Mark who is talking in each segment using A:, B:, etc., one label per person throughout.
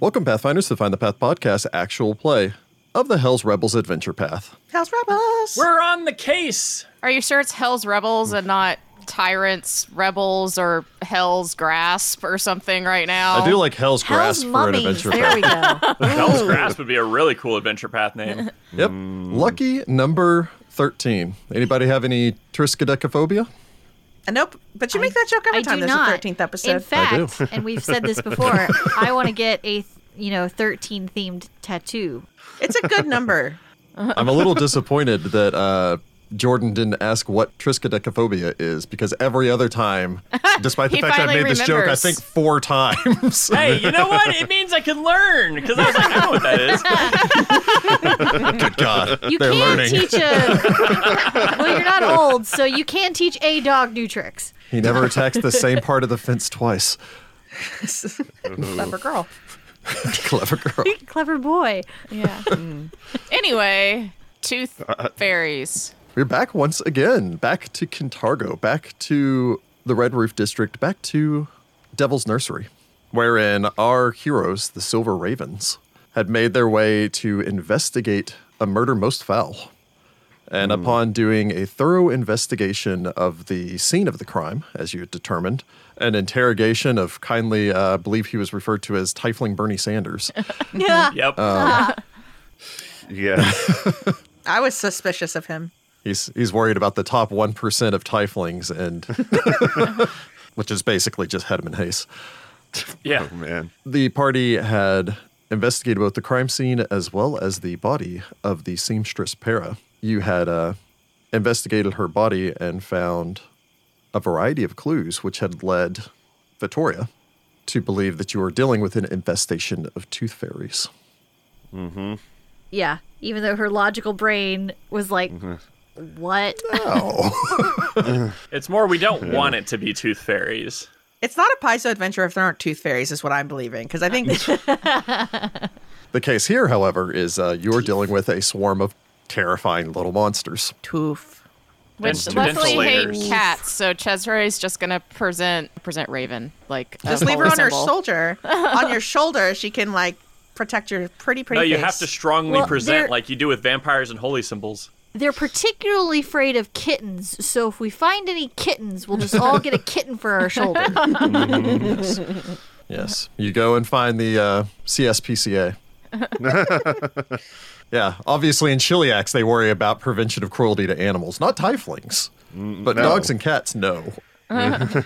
A: Welcome, Pathfinders, to Find the Path podcast actual play of the Hell's Rebels Adventure Path.
B: House Rebels.
C: We're on the case.
D: Are you sure it's Hell's Rebels and not Tyrants Rebels or Hell's Grasp or something right now?
A: I do like Hell's,
E: Hell's
A: Grasp
E: mummies.
A: for an adventure
E: there
A: path.
E: we go.
C: Hell's Grasp would be a really cool adventure path name.
A: Yep. Lucky number 13. Anybody have any triskaidekaphobia?
B: Uh, Nope. But you make that joke every
E: I
B: time
E: do
B: there's
E: not.
B: a thirteenth episode.
E: In fact, and we've said this before, I want to get a you know thirteen themed tattoo.
B: it's a good number.
A: I'm a little disappointed that uh, Jordan didn't ask what triskaidekaphobia is because every other time, despite the
D: He
A: fact that I made
D: finally
A: this joke, I
D: remembers.
A: think four times.
C: hey, you know what? It means I can learn because I was like, I know what that is.
A: Good God.
E: You
A: They're
E: can
A: learning.
E: teach a. well, you're not old, so you can teach a dog new tricks.
A: He never attacks the same part of the fence twice.
B: Clever girl.
A: Clever girl.
E: Clever boy.
D: Yeah. anyway, Tooth
A: Uh,
D: Fairies.
A: We're back once again, back to Kintargo, back to the Red Roof District, back to Devil's Nursery, wherein our heroes, the Silver Ravens, had made their way to investigate a murder most foul. And upon doing a thorough investigation of the scene of the crime, as you had determined, an interrogation of kindly, uh, I believe he was referred to as Tifling Bernie Sanders.
E: Yeah.
C: Yep.
F: Yeah.
B: I was suspicious of him.
A: He's he's worried about the top one percent of Tieflings, and which is basically just Hedman Hayes.
C: yeah.
F: Man.
A: The party had investigated both the crime scene as well as the body of the seamstress Para. You had uh, investigated her body and found a variety of clues, which had led Vittoria to believe that you were dealing with an infestation of tooth fairies.
E: Yeah. Even though her logical brain was like,
A: Mm-hmm.
E: what?
C: It's more we don't want it to be tooth fairies.
B: It's not a piezo adventure if there aren't tooth fairies, is what I'm believing. Because I think
A: The case here, however, is uh, you're dealing with a swarm of terrifying little monsters.
B: tooth.
D: Which
C: Dent-
D: luckily hate
C: ventilators.
D: cats, so Chesra is just gonna present present Raven like a
B: Just leave her on her
D: symbol.
B: shoulder. on your shoulder, she can like protect your pretty pretty.
C: No, you
B: face.
C: have to strongly
E: Well,
C: present
E: they're-
C: like you do with vampires and holy symbols.
E: They're particularly afraid of kittens, so if we find any kittens, we'll just all get a kitten for our shoulder.
A: Yes. You go and find the uh, CSPCA. yeah, obviously in Chiliacs, they worry about prevention of cruelty to animals, not tieflings. But
F: no.
A: dogs and cats, no.
F: Yeah.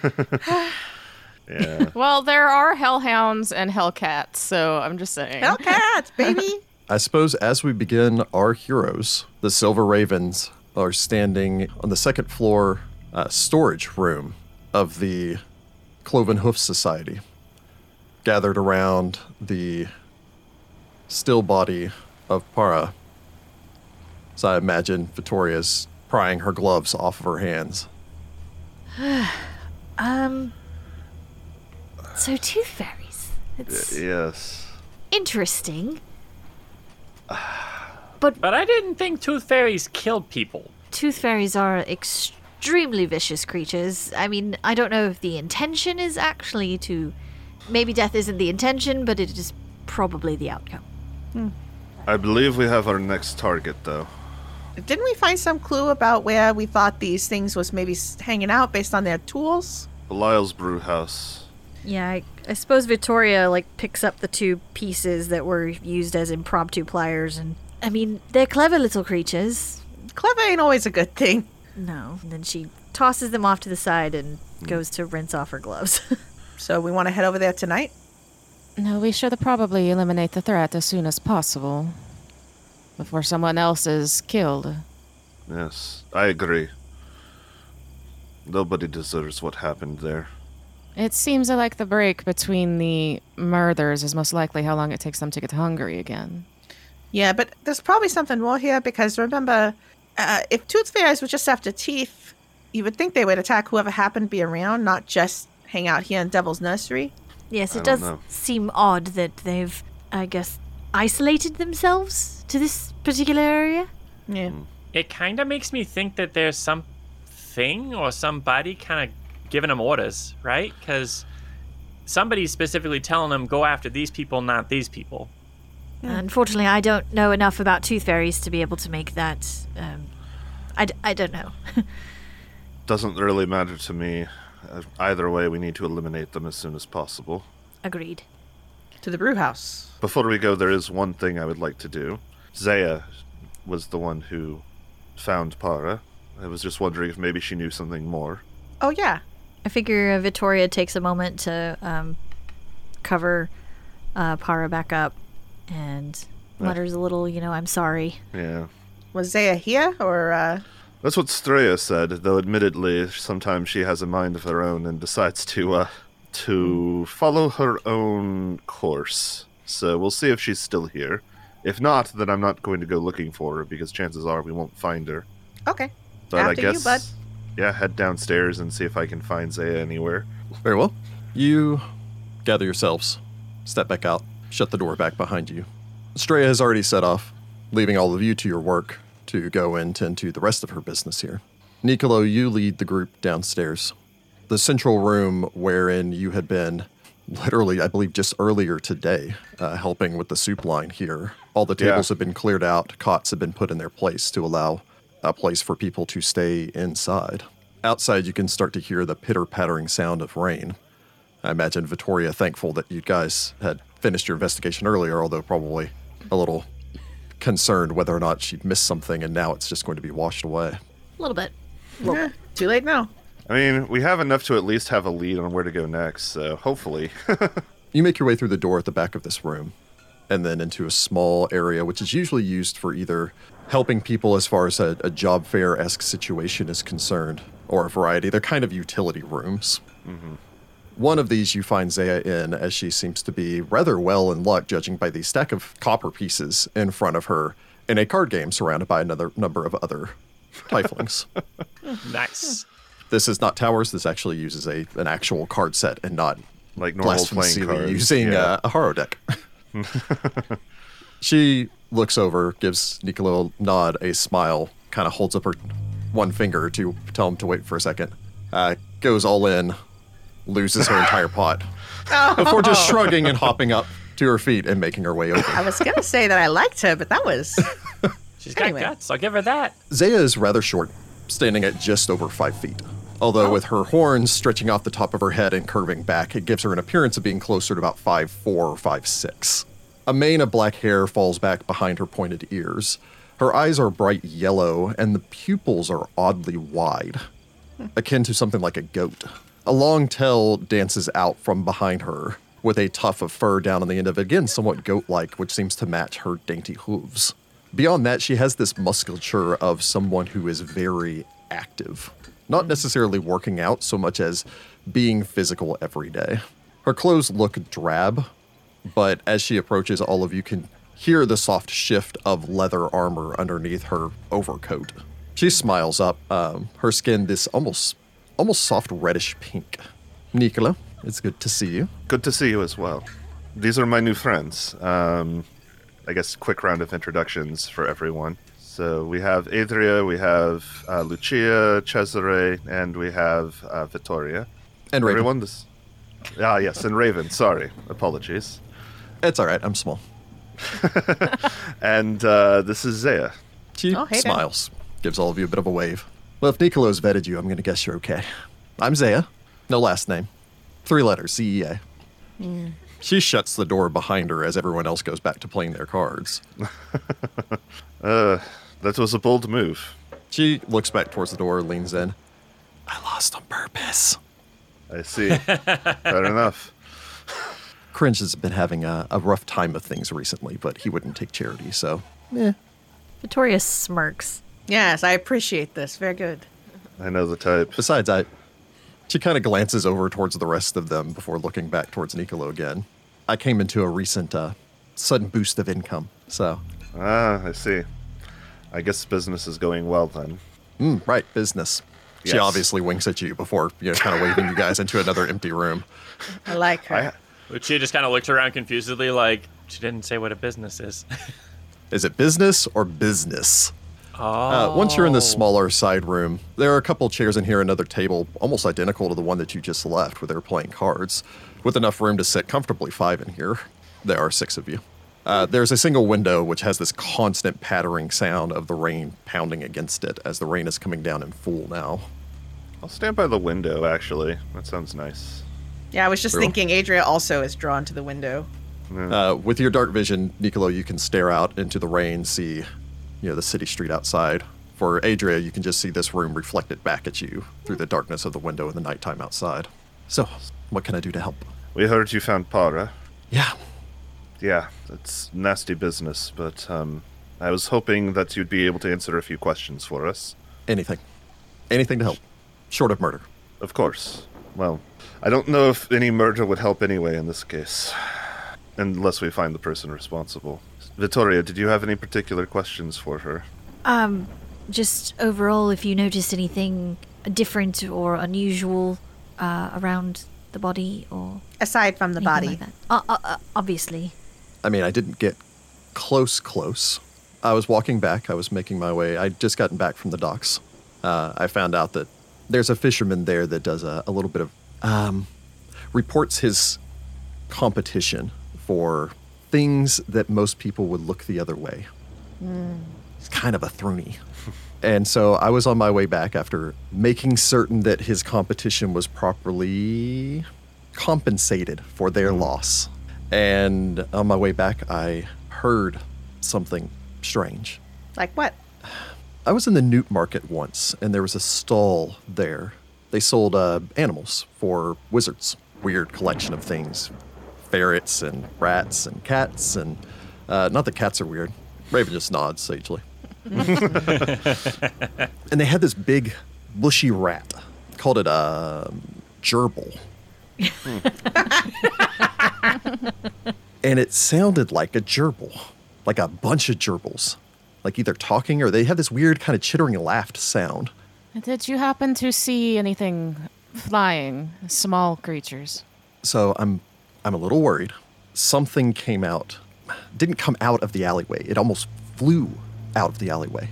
D: Well, there are hellhounds and hellcats, so I'm just saying.
B: Hellcat, baby.
A: I suppose as we begin, our heroes, the Silver Ravens, are standing on the second floor uh, storage room of the Cloven Hoof Society, gathered around the still body of Para. So I imagine Vittoria's prying her gloves off of her hands.
E: so, tooth fairies. It's
F: yes.
E: interesting.
C: But I didn't think tooth fairies killed people.
E: Tooth fairies are extremely vicious creatures. I mean, I don't know if the intention is actually to. Maybe death isn't the intention, but it is probably the outcome.
F: I believe we have our next target, though.
B: Didn't we find some clue about where we thought these things was maybe s- hanging out based on their tools?
F: Lyle's Brewhouse.
E: Yeah, I, I suppose Vittoria like picks up the two pieces that were used as impromptu pliers, and I mean they're clever little creatures.
B: Clever ain't always a good thing.
E: No, and then she tosses them off to the side and
F: Hmm.
E: goes to rinse off her gloves.
B: So we want to head over there tonight.
G: No, we should probably eliminate the threat as soon as possible. Before someone else is killed.
F: Yes, I agree. Nobody deserves what happened there.
G: It seems like the break between the murders is most likely how long it takes them to get hungry again.
B: Yeah, but there's probably something more here because remember, uh, if tooth fairies were just after teeth, you would think they would attack whoever happened to be around, not just hang out here in Devil's Nursery.
E: yes,
F: I
E: it
F: don't
E: does
F: know.
E: seem odd that they've, I guess, isolated themselves to this particular area.
B: Yeah.
C: It kind of makes me think that there's something or somebody kind of giving them orders, right? Because somebody's specifically telling them go after these people, not these people.
E: Unfortunately, I don't know enough about tooth fairies to be able to make that. Um, I, d- I don't know.
F: Doesn't really matter to me. Uh, Either way, we need to eliminate them as soon as possible.
E: Agreed.
B: to the brew house.
F: Before we go, there is one thing I would like to do. Zaya was the one who found Para. I was just wondering if maybe she knew something more.
B: Oh yeah,
E: I figure uh, Vittoria takes a moment to um, cover uh, Para back up and mutters a little, you know, I'm sorry.
F: Yeah.
B: was Zaya here or? Uh,
F: That's what Straya said, though admittedly, sometimes she has a mind of her own and decides to uh, to follow her own course. So we'll see if she's still here. If not, then I'm not going to go looking for her because chances are we won't find her.
B: okay,
F: But
B: After
F: I
B: you,
F: guess
B: bud.
F: yeah, head downstairs and see if I can find Zaya anywhere.
A: Very well. You gather yourselves, step back out, shut the door back behind you. Straya has already set off, leaving all of you to your work to go and tend to the rest of her business here. Nicolo, you lead the group downstairs. The central room wherein you had been literally, I believe, just earlier today, uh, helping with the soup line here. All the
F: Yeah.
A: tables have been cleared out, cots have been put in their place to allow a place for people to stay inside. Outside, you can start to hear the pitter pattering sound of rain. I imagine Vittoria thankful that you guys had finished your investigation earlier, although probably a little concerned whether or not she'd missed something and now it's just going to be washed away.
E: A little bit.
B: Eh, too late now.
F: I mean, we have enough to at least have a lead on where to go next, so hopefully.
A: You make your way through the door at the back of this room and then into a small area, which is usually used for either helping people as far as a, a job fair esque situation is concerned or a variety. They're kind of utility rooms. One of these you find Zaya in, as she seems to be rather well in luck, judging by the stack of copper pieces in front of her in a card game surrounded by another number of other tieflings.
C: Nice.
A: this is not towers. This actually uses a an actual card set and not
F: Like normal playing
A: blasphemously
F: cards.
A: using
F: yeah.
A: uh, a horror deck. she looks over, gives Niccolo a nod, a smile, kind of holds up her one finger to tell him to wait for a second. Uh, goes all in, loses her entire pot before just shrugging and hopping up to her feet and making her way over.
B: I was gonna say that I liked her, but that was
C: She's got
B: Anyway.
C: guts. I'll give her that.
A: Zaya is rather short, standing at just over five feet. Although with her horns stretching off the top of her head and curving back, it gives her an appearance of being closer to about five four or five six. A mane of black hair falls back behind her pointed ears. Her eyes are bright yellow, and the pupils are oddly wide akin to something like a goat. A long tail dances out from behind her, with a tuft of fur down on the end of it, again somewhat goat like, which seems to match her dainty hooves. Beyond that, she has this musculature of someone who is very active, not necessarily working out so much as being physical every day. Her clothes look drab, but as she approaches, all of you can hear the soft shift of leather armor underneath her overcoat. She smiles up, um, her skin this almost, almost soft reddish pink. Nicola, it's good to see you.
F: Good to see you as well. These are my new friends. Um, I guess quick round of introductions for everyone. So we have Adria, we have uh, Lucia, Cesare, and we have uh, Vittoria.
A: And Raven,
F: Everyone, this. Ah, yes, and Raven. Sorry, apologies.
A: it's all right. I'm small.
F: And uh, this is Zaya.
A: She
B: Oh, hey there.
A: smiles, gives all of you a bit of a wave. Well, if Nicolo's vetted you, I'm going to guess you're okay. I'm Zaya. No last name. Three letters, CEA. She shuts the door behind her as everyone else goes back to playing their cards.
F: That was a bold move.
A: She looks back towards the door, leans in. I lost on purpose.
F: I see. Fair enough.
A: Cringe has been having a, a rough time of things recently, but he wouldn't take charity, so.
E: Vittoria smirks.
B: yes. I appreciate this. Very good.
F: I know the type.
A: Besides, I. She kind of glances over towards the rest of them before looking back towards Nicolo again. I came into a recent uh, sudden boost of income, so.
F: Ah, I see. I guess business is going well then.
A: Mm, right, business. She
F: Yes.
A: obviously winks at you before, you know, kind of waving you guys into another empty room.
B: I like her.
F: I,
C: Lucia just kind of looked around confusedly, like she didn't say what a business is.
A: Is it business or business? Uh, once you're in this smaller side room, there are a couple chairs in here, another table, almost identical to the one that you just left, where they're playing cards, with enough room to sit comfortably five in here. There are six of you. Uh, there's a single window which has this constant pattering sound of the rain pounding against it as the rain is coming down in full now.
F: I'll stand by the window, actually. That sounds nice.
B: Yeah, I was just
A: True.
B: thinking Adria also is drawn to the window.
A: Uh, with your dark vision, Niccolo, you can stare out into the rain, see, you know, the city street outside. For Adria, you can just see this room reflected back at you through the darkness of the window in the nighttime outside. So, what can I do to help?
F: We heard you found Para.
A: Yeah.
F: Yeah, it's nasty business, but um, I was hoping that you'd be able to answer a few questions for us.
A: Anything. Anything to help. Short of murder.
F: Of course. Well, I don't know if any murder would help anyway in this case, unless we find the person responsible. Vittoria, did you have any particular questions for her?
E: Um, just overall, if you noticed anything different or unusual uh, around the body or
B: Aside from the
E: anything
B: body.
E: like that. Uh, uh, uh, obviously.
A: I mean, I didn't get close, close. I was walking back. I was making my way. I'd just gotten back from the docks. Uh, I found out that there's a fisherman there that does a, a little bit of um, reports his competition for things that most people would look the other way. It's kind of a throny. and so I was on my way back after making certain that his competition was properly compensated for their loss. And on my way back, I heard something strange.
B: Like what?
A: I was in the newt market once, and there was a stall there. They sold uh, animals for wizards, weird collection of things ferrets and rats and cats. And uh, not that cats are weird. Raven just nods sagely. and they had this big, bushy rat, called it a gerbil. and it sounded like a gerbil, like a bunch of gerbils, like either talking or they had this weird kind of chittering laughed sound.
G: Did you happen to see anything flying? Small creatures?
A: So I'm, I'm a little worried. Something came out, didn't come out of the alleyway. It almost flew out of the alleyway,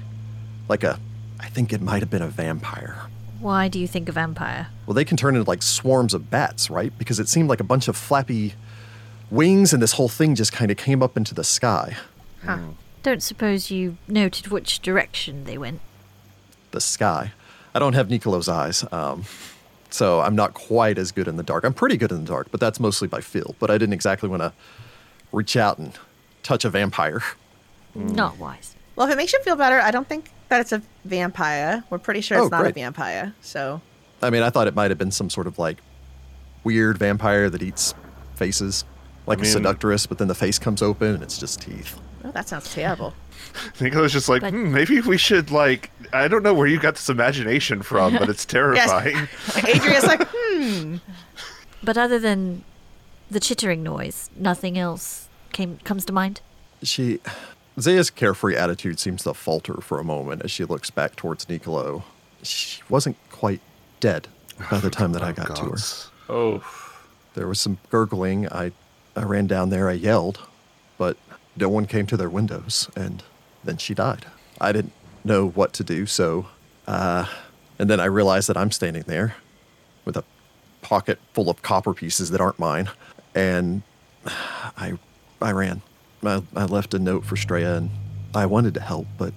A: like a, I think it might have been a vampire.
E: Why do you think a vampire?
A: Well, they can turn into like swarms of bats, right? Because it seemed like a bunch of flappy wings, and this whole thing just kind of came up into the sky.
E: Don't suppose you noted which direction they went.
A: the sky. I don't have Niccolo's eyes, um, so I'm not quite as good in the dark. I'm pretty good in the dark, but that's mostly by feel. But I didn't exactly want to reach out and touch a vampire. Mm.
E: Not wise.
B: Well, if it makes you feel better, I don't think that it's a vampire. We're pretty sure
A: Oh,
B: it's not
A: great.
B: a vampire. So,
A: I mean, I thought it might have been some sort of like weird vampire that eats faces, like
F: I mean-
A: a seductress, but then the face comes open and it's just teeth.
B: oh, that sounds terrible.
F: Nicola's just like,
E: But-
F: hmm, maybe we should, like, I don't know where you got this imagination from, but it's terrifying.
B: Adria's like, hmm.
E: But other than the chittering noise, nothing else came comes to mind.
A: She. Zaya's carefree attitude seems to falter for a moment as she looks back towards Niccolo. She wasn't quite dead by the time that I got to her.
F: Gods.
C: Oh,
A: There was some gurgling. I, I ran down there. I yelled, but no one came to their windows. And then she died. I didn't know what to do. So, uh, and then I realized that I'm standing there with a pocket full of copper pieces that aren't mine. And I, I ran. I, I left a note for Straya and I wanted to help, but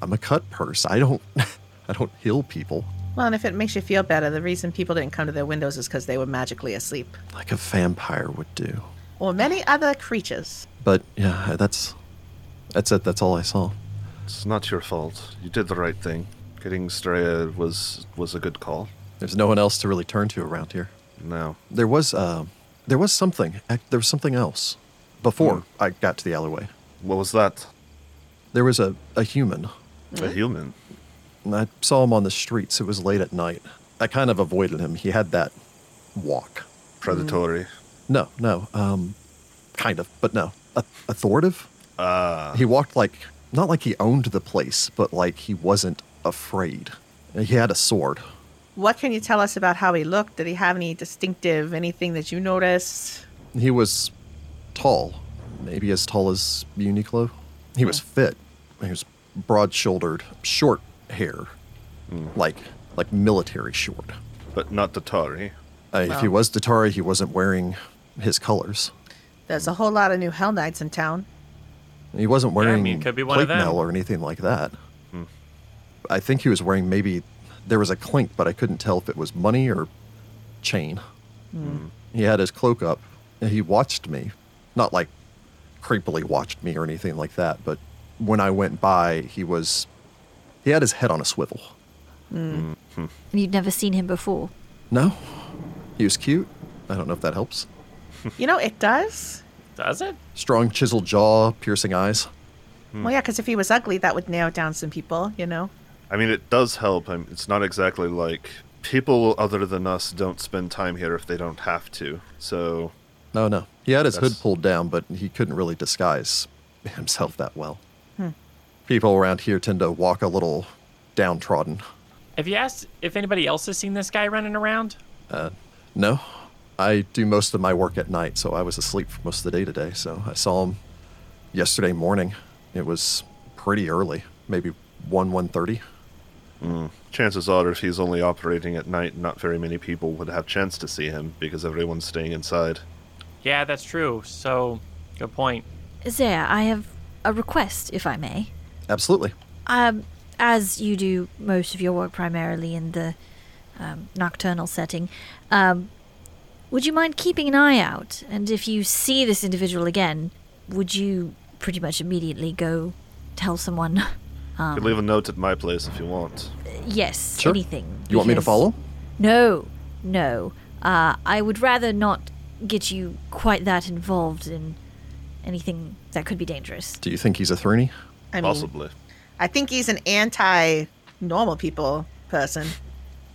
A: I'm a cut purse. I don't, I don't heal people
B: well, and if it makes you feel better, the reason people didn't come to their windows is because they were magically asleep.
A: like a vampire would do.
B: Or many other creatures.
A: But yeah, that's that's it. That's all I saw.
F: It's not your fault. You did the right thing. Getting Straya was was a good call.
A: There's no one else to really turn to around here.
F: No.
A: There was uh, there was something. ac- There was something else before I got to the alleyway.
F: What was that?
A: There was a, a human.
F: A
B: Hmm?
F: human.
A: And I saw him on the streets. It was late at night. I kind of avoided him. He had that walk.
F: Predatory.
B: Hmm.
A: No, no. Um, kind of, but no. A- authoritative.
F: Ah.
A: He walked like not like he owned the place, but like he wasn't afraid. He had a sword.
B: What can you tell us about how he looked? Did he have any distinctive, anything that you noticed?
A: He was tall, maybe as tall as you, Nicolo. He was fit. He was broad-shouldered, short hair, like like military short.
F: but not the Tari.
A: Uh, If he was Datari, he wasn't wearing his colors.
B: There's a whole lot of new Hell Knights in town.
A: He wasn't
C: I
A: wearing
C: mean, could be one
A: plate
C: of them.
A: mail or anything like that. I think he was wearing maybe there was a clink, but I couldn't tell if it was money or chain.
C: Hmm.
A: He had his cloak up. And he watched me, not like creepily watched me or anything like that, but when I went by, he was he had his head on a swivel.
E: And you'd never seen him before.
A: No, he was cute. I don't know if that helps.
B: You know, it does.
C: Does it?
A: Strong chiseled jaw, piercing eyes. Hmm.
B: Well, yeah, because if he was ugly, that would narrow down some people, you know?
F: I mean, it does help. I mean, it's not exactly like people other than us don't spend time here if they don't have to. So,
A: No, no. He had his
F: That's-
A: hood pulled down, but he couldn't really disguise himself that well.
E: Hmm.
A: People around here tend to walk a little downtrodden.
C: Have you asked if anybody else has seen this guy running around?
A: No, I do most of my work at night, so I was asleep for most of the day today. So I saw him yesterday morning. It was pretty early, maybe one one thirty.
F: chances are, if he's only operating at night, not very many people would have chance to see him because everyone's staying inside.
C: Yeah, that's true. So, good point.
E: Zaya, I have a request, if I may.
A: Absolutely.
E: Um, as you do most of your work primarily in the um, nocturnal setting, um, would you mind keeping an eye out? And if you see this individual again, would you pretty much immediately go tell someone?
F: You
B: Ah.
F: can leave a note at my place if you want.
E: yes,
A: Sure.
E: anything.
A: You want me to
E: because-
A: follow?
E: No, no. Uh, I would rather not get you quite that involved in anything that could be dangerous.
A: Do you think he's a Thrini?
B: I mean,
F: Possibly.
B: I think he's an anti normal people person,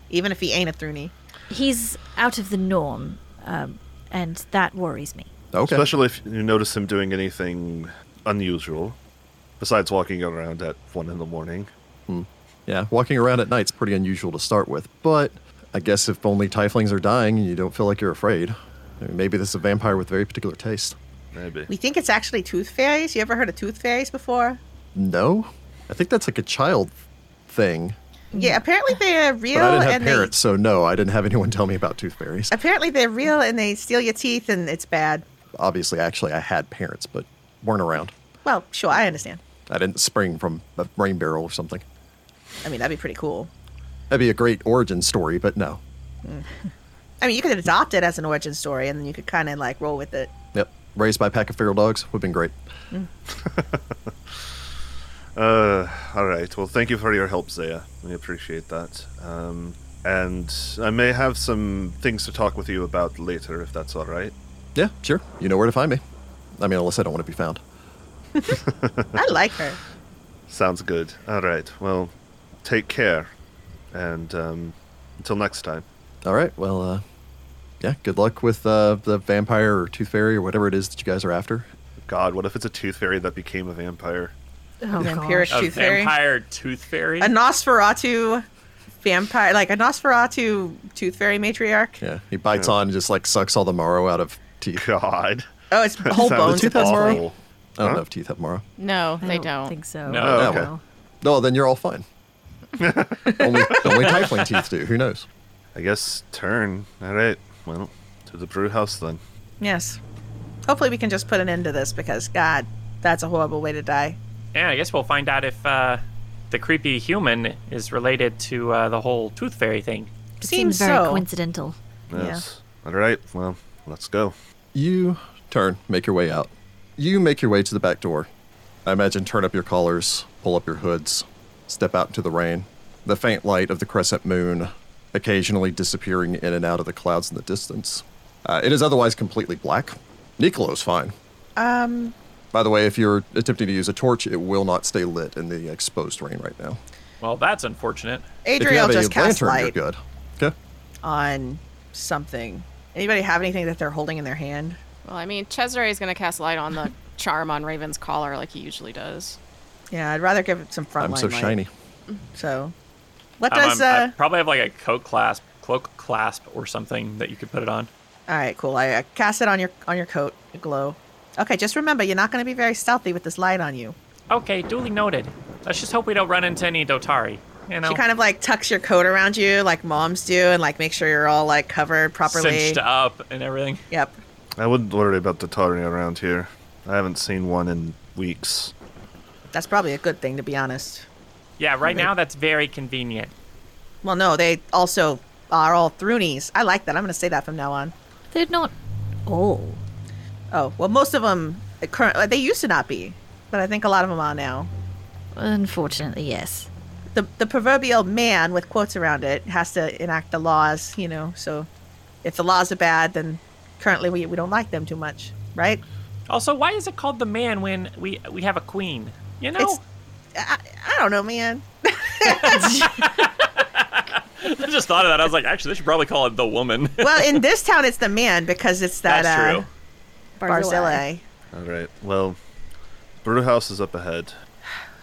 B: even if he ain't a Thruni.
E: He's out of the norm, um, and that worries me.
A: Okay.
F: Especially if you notice him doing anything unusual, besides walking around at one in the morning.
A: Yeah, walking around at night's pretty unusual to start with, but I guess if only tieflings are dying and you don't feel like you're afraid, maybe this is a vampire with very particular taste.
F: Maybe.
B: We think it's actually tooth fairies. You ever heard of tooth fairies before?
A: No, I think that's like a child thing,
B: Yeah, apparently they're real
A: but I didn't have
B: and
A: parents, so no, I didn't have anyone tell me about tooth fairies.
B: they apparently they're real and they steal your teeth and it's bad.
A: Obviously, actually, I had parents, but weren't around.
B: Well, sure, I understand.
A: I didn't spring from a rain barrel or something.
B: I mean, that'd be pretty cool.
A: That'd be a great origin story, but no.
B: I mean, you could adopt it as an origin story and then you could kind of like roll with it.
A: Yep, raised by a pack of feral dogs would have been great.
F: Uh, all right. Well, thank you for your help, Zaya. We appreciate that. Um, and I may have some things to talk with you about later, if that's all right.
A: Yeah, sure. You know where to find me. I mean, unless I don't want to be found.
B: I like her.
F: Sounds good. All right. Well, take care, and um, until next time.
A: All right. Well, uh, yeah. Good luck with uh, the vampire or tooth fairy or whatever it is that you guys are after.
F: God, what if it's a tooth fairy that became a vampire?
E: Oh,
B: Vampiric
C: A
B: tooth fairy.
C: vampire tooth fairy?
B: A Nosferatu vampire, like a Nosferatu tooth fairy matriarch.
A: Yeah. He bites on and just like sucks all the marrow out of teeth.
F: God.
B: Oh, it's whole
F: Sounds
B: bones at this
F: awful.
B: point.
A: I don't
F: Huh?
A: know if teeth have marrow.
D: No,
E: I
D: they
E: don't,
D: don't.
E: think so.
C: No.
F: Oh, okay.
A: No. No, then you're all fine. only, only tiefling teeth do. Who knows?
F: I guess turn. All right. Well, to the brew house then.
B: Yes. Hopefully, we can just put an end to this because, God, that's a horrible way to die.
C: yeah, I guess we'll find out if uh, the creepy human is related to uh, the whole tooth fairy thing.
B: Seems
E: very
B: so.
E: coincidental.
F: Yes. All right. Well, let's go.
A: You turn, make your way out. You make your way to the back door. I imagine turn up your collars, pull up your hoods, step out into the rain. The faint light of the crescent moon occasionally disappearing in and out of the clouds in the distance. Uh, it is otherwise completely black. Nicolo's fine. Um. By the way, if you're attempting to use a torch, it will not stay lit in the exposed rain right now.
C: Well, that's unfortunate.
A: if you
B: Adriel
A: have
B: just
A: a
B: cast
A: lantern,
B: light
A: you're good. Okay.
B: on something. Anybody have anything that they're holding in their hand?
D: Well, I mean, Cesare is going to cast light on the charm on Raven's collar like he usually does.
B: Yeah, I'd rather give it some front
A: I'm
B: line
A: so
B: light.
A: shiny.
B: So, what
C: Um,
B: does?
C: I'm-
B: uh,
C: I probably have like a coat clasp, cloak clasp, or something that you could put it on.
B: All right, cool. I uh, cast it on your on your coat. It glow. Okay, just remember you're not going to be very stealthy with this light on you.
C: Okay, duly noted. Let's just hope we don't run into any Dotari. You know,
B: She kind of like tucks your coat around you, like moms do, and like make sure you're all like covered properly.
C: cinched up and everything.
B: Yep.
F: I wouldn't worry about the Tari around here. I haven't seen one in weeks.
B: That's probably a good thing, to be honest.
C: Yeah, right now that's very convenient.
B: Well, no, they also are all Thrunies. I like that. I'm going to say that from now on.
E: They're not all.
B: Oh, well, most of them currently, uh, they used to not be, but I think a lot of them are now.
E: Unfortunately, yes.
B: The, the proverbial man with quotes around it has to enact the laws, you know, so if the laws are bad, then currently we, we don't like them too much, right?
C: Also, why is it called the man when we we have a queen? You know,
B: It's- I, I don't know, man.
C: I just thought of that. I was like, actually, they should probably call it the woman.
B: well, in this town, it's the man because it's that
C: That's
B: uh,
C: true.
E: Barzillai.
B: Barzillai.
F: All right. Well, brew house is up ahead.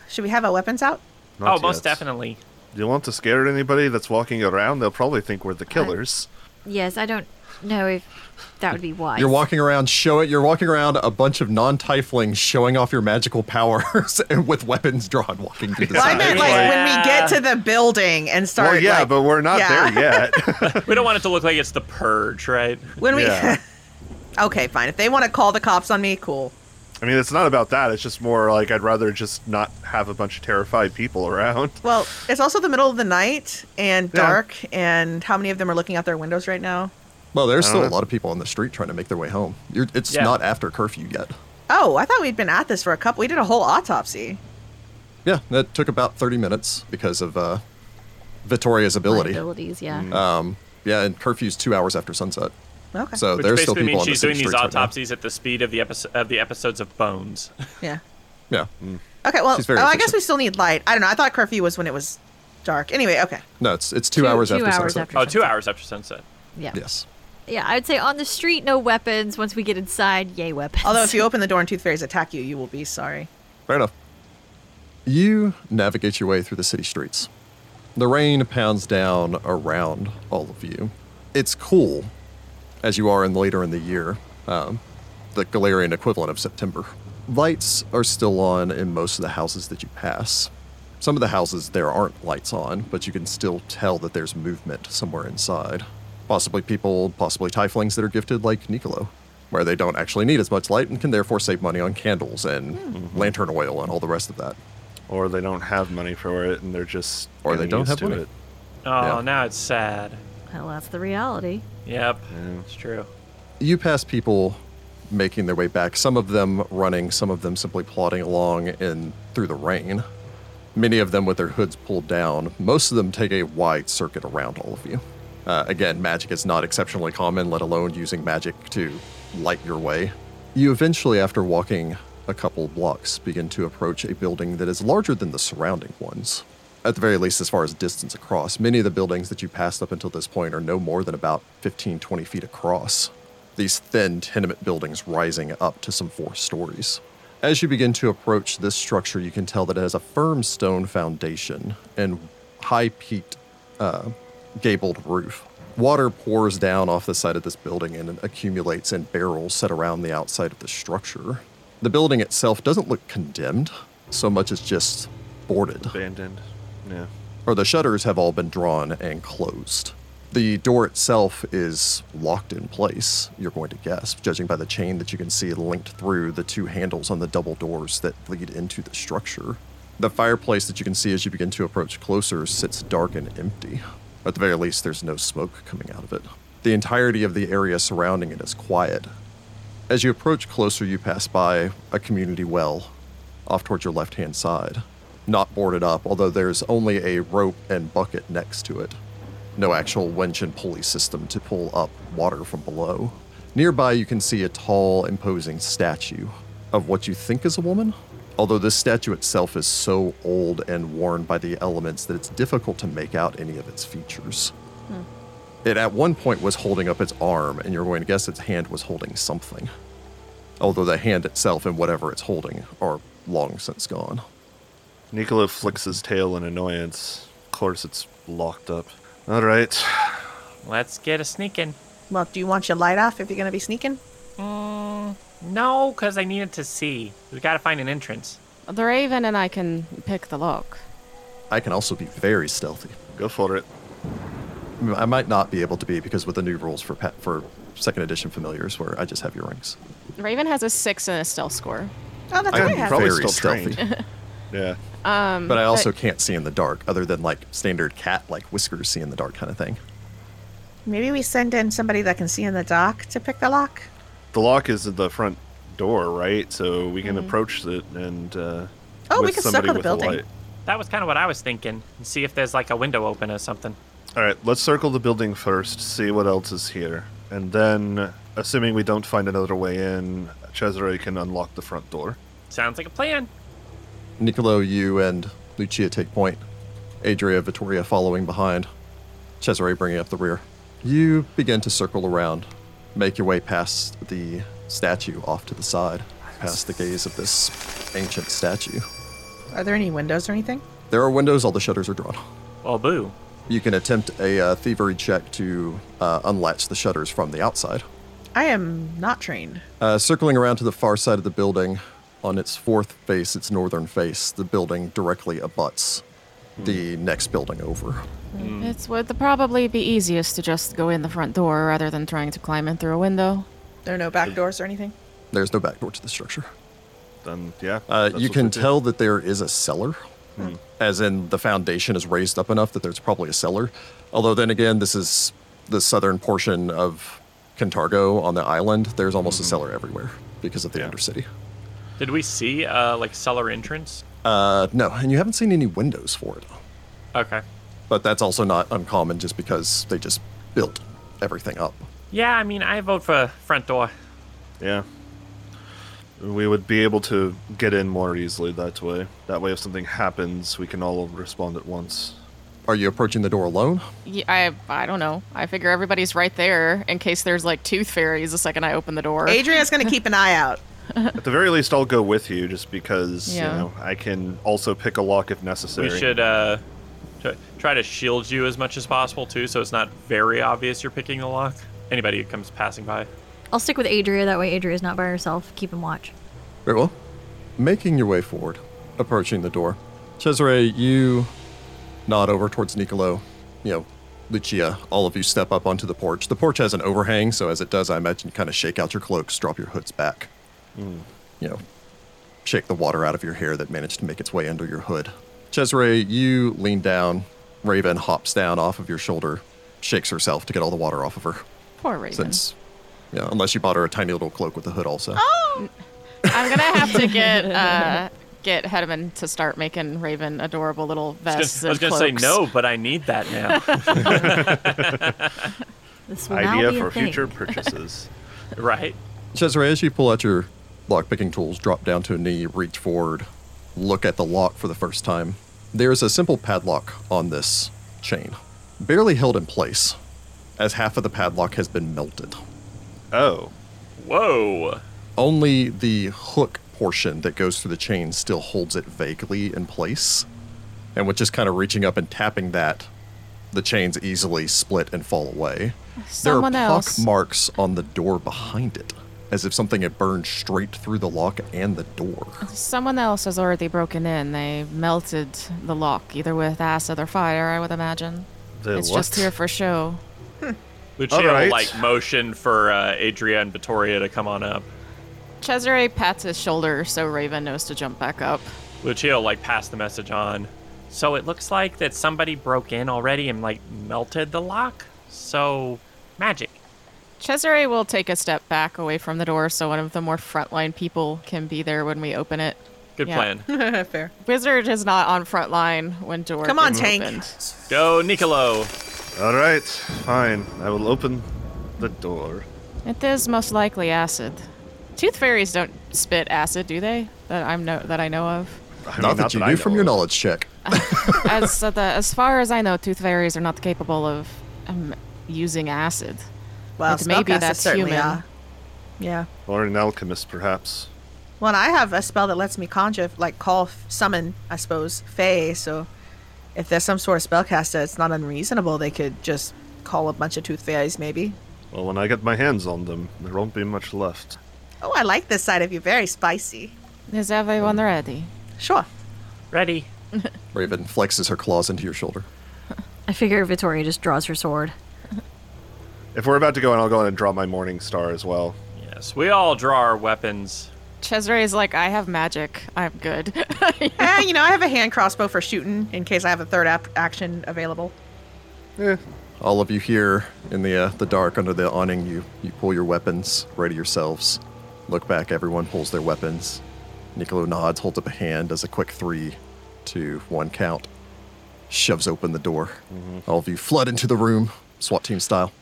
B: Should we have our weapons out?
F: Not
C: oh, most
F: yet.
C: definitely.
F: Do you want to scare anybody that's walking around? They'll probably think we're the killers.
E: Yes, I don't know if that would be wise.
A: You're walking around showing you're walking around a bunch of non-tieflings showing off your magical powers and with weapons drawn walking through the
B: Well, I
A: side.
B: meant like when we get to the building and start.
F: well, yeah,
B: like,
F: but we're not
B: yeah.
F: there yet.
C: We don't want it to look like it's the purge, right?
B: when we.
F: Yeah.
B: okay, fine. If they want to call the cops on me, cool.
F: I mean, it's not about that. It's just more like I'd rather just not have a bunch of terrified people around.
B: Well, it's also the middle of the night and
F: Yeah.
B: dark, and how many of them are looking out their windows right now?
A: Well, there's
F: I
A: still
F: don't
A: a
F: know.
A: lot of people on the street trying to make their way home. You're, it's
C: Yeah.
A: not after curfew yet.
B: Oh, I thought we'd been at this for a couple. We did a whole autopsy.
A: Yeah, that took about 30 minutes because of uh, Vittoria's ability.
D: Abilities, yeah.
A: Um, yeah, and curfew's two hours after sunset.
B: Okay.
A: So
C: Which
A: there's still
C: basically
A: people on
C: means
A: the
C: she's doing
A: city
C: these
A: streets right now.
C: autopsies at the speed of the episode of the episodes of Bones.
B: yeah.
A: Yeah.
B: Okay. Well,
A: She's very
B: oh, I
A: efficient.
B: guess we still need light. I don't know. I thought curfew was when it was dark. Anyway, okay.
A: No, it's it's two,
E: Two-
A: hours
E: two
A: after
E: hours
A: sunset.
E: after.
C: oh, two hours after sunset.
D: yeah.
A: Yes.
E: Yeah, I'd say on the street, no weapons. Once we get inside, yay weapons.
B: Although if you open the door and tooth fairies attack you, you will be sorry.
A: Fair enough. You navigate your way through the city streets. The rain pounds down around all of you. It's cool, as you are in later in the year, um, the Galarian equivalent of September. Lights are still on in most of the houses that you pass. Some of the houses there aren't lights on, but you can still tell that there's movement somewhere inside. Possibly people, possibly tieflings that are gifted like Nicolo, where they don't actually need as much light and can therefore save money on candles and lantern oil and all the rest of that.
F: Or they don't have money for it, and they're just
A: Or they
F: getting
A: don't
F: used
A: have
F: to
A: money.
F: It.
C: Oh,
A: Yeah.
C: now it's sad.
D: Well, that's the reality.
C: Yep, it's true.
A: you pass people making their way back. Some of them running, some of them simply plodding along in through the rain. Many of them with their hoods pulled down. Most of them take a wide circuit around all of you. Uh, again, magic is not exceptionally common, let alone using magic to light your way. You eventually, after walking a couple blocks, begin to approach a building that is larger than the surrounding ones. At the very least, as far as distance across, many of the buildings that you passed up until this point are no more than about 15, 20 feet across these thin tenement buildings rising up to some four stories. As you begin to approach this structure, you can tell that it has a firm stone foundation and high peaked, uh, gabled roof. Water pours down off the side of this building and accumulates in barrels set around the outside of the structure. The building itself doesn't look condemned so much as just boarded
F: Abandoned. Yeah.
A: or the shutters have all been drawn and closed. The door itself is locked in place, you're going to guess, judging by the chain that you can see linked through the two handles on the double doors that lead into the structure. The fireplace that you can see as you begin to approach closer sits dark and empty. At the very least, there's no smoke coming out of it. The entirety of the area surrounding it is quiet, as you approach closer, you pass by a community well off towards your left hand side. Not boarded up, although there's only a rope and bucket next to it. No actual winch and pulley system to pull up water from below. Nearby, you can see a tall, imposing statue of what you think is a woman, although this statue itself is so old and worn by the elements that it's difficult to make out any of its features. It at one point was holding up its arm, and you're going to guess its hand was holding something. Although the hand itself and whatever it's holding are long since gone.
F: Nicola flicks his tail in annoyance. Of course, it's locked up. All right.
C: Let's get a sneaking.
B: Well, do you want your light off if you're going to be sneaking?
C: No, because I needed to see. We gotta find an entrance.
G: The raven and I can pick the lock.
A: I can also be very stealthy.
F: Go for it.
A: I might not be able to be because with the new rules for pet, for second edition familiars, where I just have your rings,
D: Raven has a six and a stealth score.
B: Oh, that's
A: I
B: what I
A: can
B: have.
F: probably
A: very
F: still trained.
A: stealthy.
F: Yeah.
A: but I also can't see in the dark, other than like standard cat like whiskers see in the dark kind of thing.
B: Maybe we send in somebody that can see in the dock to pick the lock.
F: The lock is at the front door, right? So we can approach it and. Uh,
B: Mm-hmm. Oh, we
F: with
B: can circle
F: somebody
B: the
F: with a
B: building.
F: light.
C: That was kind of what I was thinking. And see if there's like a window open or something.
F: All right, let's circle the building first, see what else is here, and then, assuming we don't find another way in, Cesare can unlock the front door.
C: Sounds like a plan.
A: Niccolo, you and Lucia take point. Adria, Vittoria following behind. Cesare bringing up the rear. You begin to circle around, make your way past the statue off to the side, past the gaze of this ancient statue.
B: Are there any windows or anything?
A: There are windows, all the shutters are drawn.
C: Well, boo.
A: You can attempt a uh, thievery check to uh, unlatch the shutters from the outside.
B: I am not trained.
A: Uh, circling around to the far side of the building, on its fourth face, its northern face, the building directly abuts the next building over.
G: It would probably be easiest to just go in the front door rather than trying to climb in through a window.
B: There are no back doors or anything.
A: There's no back door to the structure.
F: Then, yeah.
A: Uh,
F: that's
A: you
F: what
A: can
F: we do.
A: tell that there is a cellar, as in the foundation is raised up enough that there's probably a cellar. Although, then again, this is the southern portion of Cantargo on the island. There's almost a cellar everywhere because of the
F: Yeah.
A: undercity.
C: Did we see uh, like cellar entrance?
A: Uh, no, and you haven't seen any windows for it.
C: Okay.
A: But that's also not uncommon just because they just built everything up.
C: Yeah, I mean, I vote for front door.
F: Yeah. We would be able to get in more easily that way. That way, if something happens, we can all respond at once.
A: Are you approaching the door alone?
D: Y- I I don't know. I figure everybody's right there in case there's like tooth fairies the second I open the door.
B: Adrian's going to keep an eye out.
F: At the very least, I'll go with you just because,
G: Yeah.
F: you know, I can also pick a lock if necessary.
C: We should uh, t- try to shield you as much as possible too, so it's not very obvious you're picking the lock. Anybody who comes passing by.
E: I'll stick with Adria. That way, Adria's not by herself. Keep him watch.
A: Very well. Making your way forward, approaching the door. Cesare, you nod over towards Niccolo. You know, Lucia, all of you step up onto the porch. The porch has an overhang, so as it does, I imagine you kind of shake out your cloaks, drop your hoods back. Hmm. You know, shake the water out of your hair that managed to make its way under your hood. Cesare, you lean down. Raven hops down off of your shoulder, shakes herself to get all the water off of her.
G: Poor Raven.
A: Since, yeah, unless you bought her a tiny little cloak with a hood, also.
D: I'm gonna have to get uh, get Hedman to start making Raven adorable little
C: I was
D: vests.
C: gonna, I was
D: and
C: gonna say
D: cloaks.
C: no, but I need that now.
E: This will now
F: Idea
E: be a
F: for
E: thing.
F: future purchases.
C: right?
A: Cesare, as you pull out your lockpicking tools, drop down to a knee, reach forward, look at the lock for the first time. There's a simple padlock on this chain, barely held in place, as half of the padlock has been melted.
F: oh.
C: Whoa.
A: Only the hook portion that goes through the chain still holds it vaguely in place. And with just kind of reaching up and tapping that, the chains easily split and fall away.
G: Someone
A: there are pock
G: else.
A: marks on the door behind it, as if something had burned straight through the lock and the door.
G: Someone else has already broken in. They melted the lock, either with acid or fire, I would imagine.
F: The
G: it's
F: what?
G: just here for show.
C: Lucia will,
F: right.
C: like motion for uh, Adria and Vittoria to come on up.
D: Cesare pats his shoulder so Raven knows to jump back up.
C: Lucia will, like pass the message on. So it looks like that somebody broke in already and like melted the lock. So magic.
D: Cesare will take a step back away from the door so one of the more frontline people can be there when we open it.
C: Good
D: Yeah.
C: plan.
B: Fair.
D: Wizard is not on front line when door
B: Come on,
D: gets
B: Tank.
D: opened.
C: Go, Niccolo.
F: All right, fine. I will open the door.
G: It is most likely acid.
D: Tooth fairies don't spit acid, do they? That I'm no that I know of.
F: I mean,
A: not that you
F: I
A: knew from
F: know
A: your
F: of.
A: knowledge check.
G: as
D: uh,
G: the, as far as I know, tooth fairies are not capable of um, using acid.
B: Well,
G: And maybe
B: spellcasters
G: that's
B: certainly
G: human.
B: are. Yeah.
F: Or an alchemist, perhaps.
B: Well, and I have a spell that lets me conjure, like call, summon, I suppose, Fae. So if there's some sort of spellcaster, it's not unreasonable. They could just call a bunch of tooth fairies, maybe.
F: Well, when I get my hands on them, there won't be much left.
B: Oh, I like this side of you. Very spicy.
G: Is everyone ready?
B: Sure.
C: Ready?
A: Raven flexes her claws into your shoulder.
E: I figure Vittoria just draws her sword.
F: If we're about to go in, I'll go in and draw my Morning Star as well.
C: Yes, we all draw our weapons.
D: Cesare is like, I have magic. I'm good.
B: Eh, you know, I have a hand crossbow for shooting in case I have a third ap- action available.
A: All of you here in the uh, the dark under the awning, you you pull your weapons, ready yourselves. Look back. Everyone pulls their weapons. Niccolo nods, holds up a hand, does a quick three, two, one count, shoves open the door. All of you flood into the room, SWAT team style.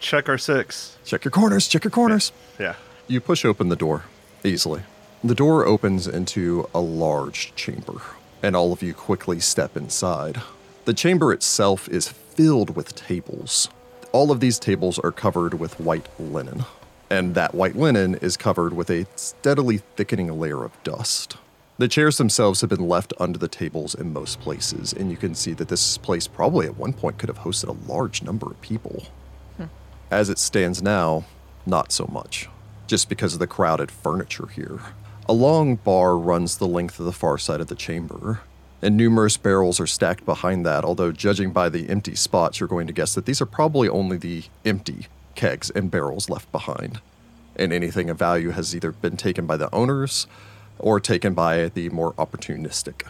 F: Check our six.
A: Check your corners. Check your corners.
F: Yeah.
A: You push open the door easily. The door opens into a large chamber, and all of you quickly step inside. The chamber itself is filled with tables. All of these tables are covered with white linen, and that white linen is covered with a steadily thickening layer of dust. The chairs themselves have been left under the tables in most places, and you can see that this place probably at one point could have hosted a large number of people. As it stands now, not so much, just because of the crowded furniture here. A long bar runs the length of the far side of the chamber, and numerous barrels are stacked behind that, although, judging by the empty spots, you're going to guess that these are probably only the empty kegs and barrels left behind. And anything of value has either been taken by the owners or taken by the more opportunistic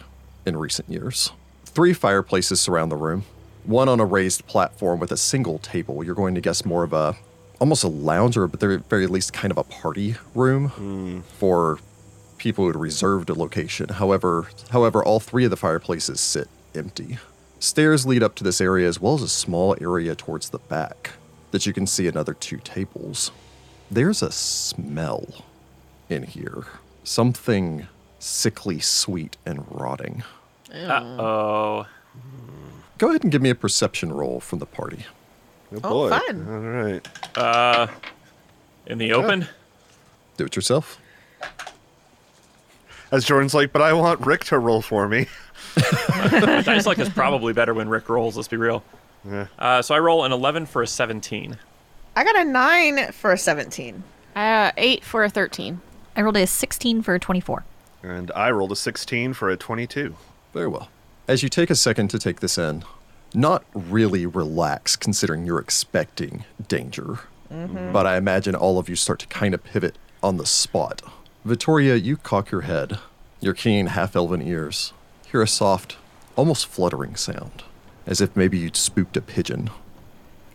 A: in recent years. Three fireplaces surround the room. One on a raised platform with a single table. You're going to guess more of a almost a lounge or but at the very least kind of a party room for people who had reserved a location. However, however, all three of the fireplaces sit empty. Stairs lead up to this area as well as a small area towards the back that you can see another two tables. There's a smell in here. Something sickly sweet and rotting.
C: Oh,
A: Go ahead and give me a perception roll from the party.
F: Good
B: Oh,
F: boy.
B: fun.
F: All right.
C: in the open?
A: Do it yourself.
F: As Jordan's like, but I want Rick to roll for me.
C: Dice luck is probably better when Rick rolls, let's be real. Uh, so I roll an 11 for a 17.
B: I got a nine for a 17.
D: uh, eight for a 13.
E: I rolled a 16 for a 24.
F: And I rolled a 16 for a 22.
A: Very well. As you take a second to take this in, not really relaxed considering you're expecting danger. But I imagine all of you start to kind of pivot on the spot. Vittoria, you cock your head, your keen half elven ears, hear a soft, almost fluttering sound, as if maybe you'd spooked a pigeon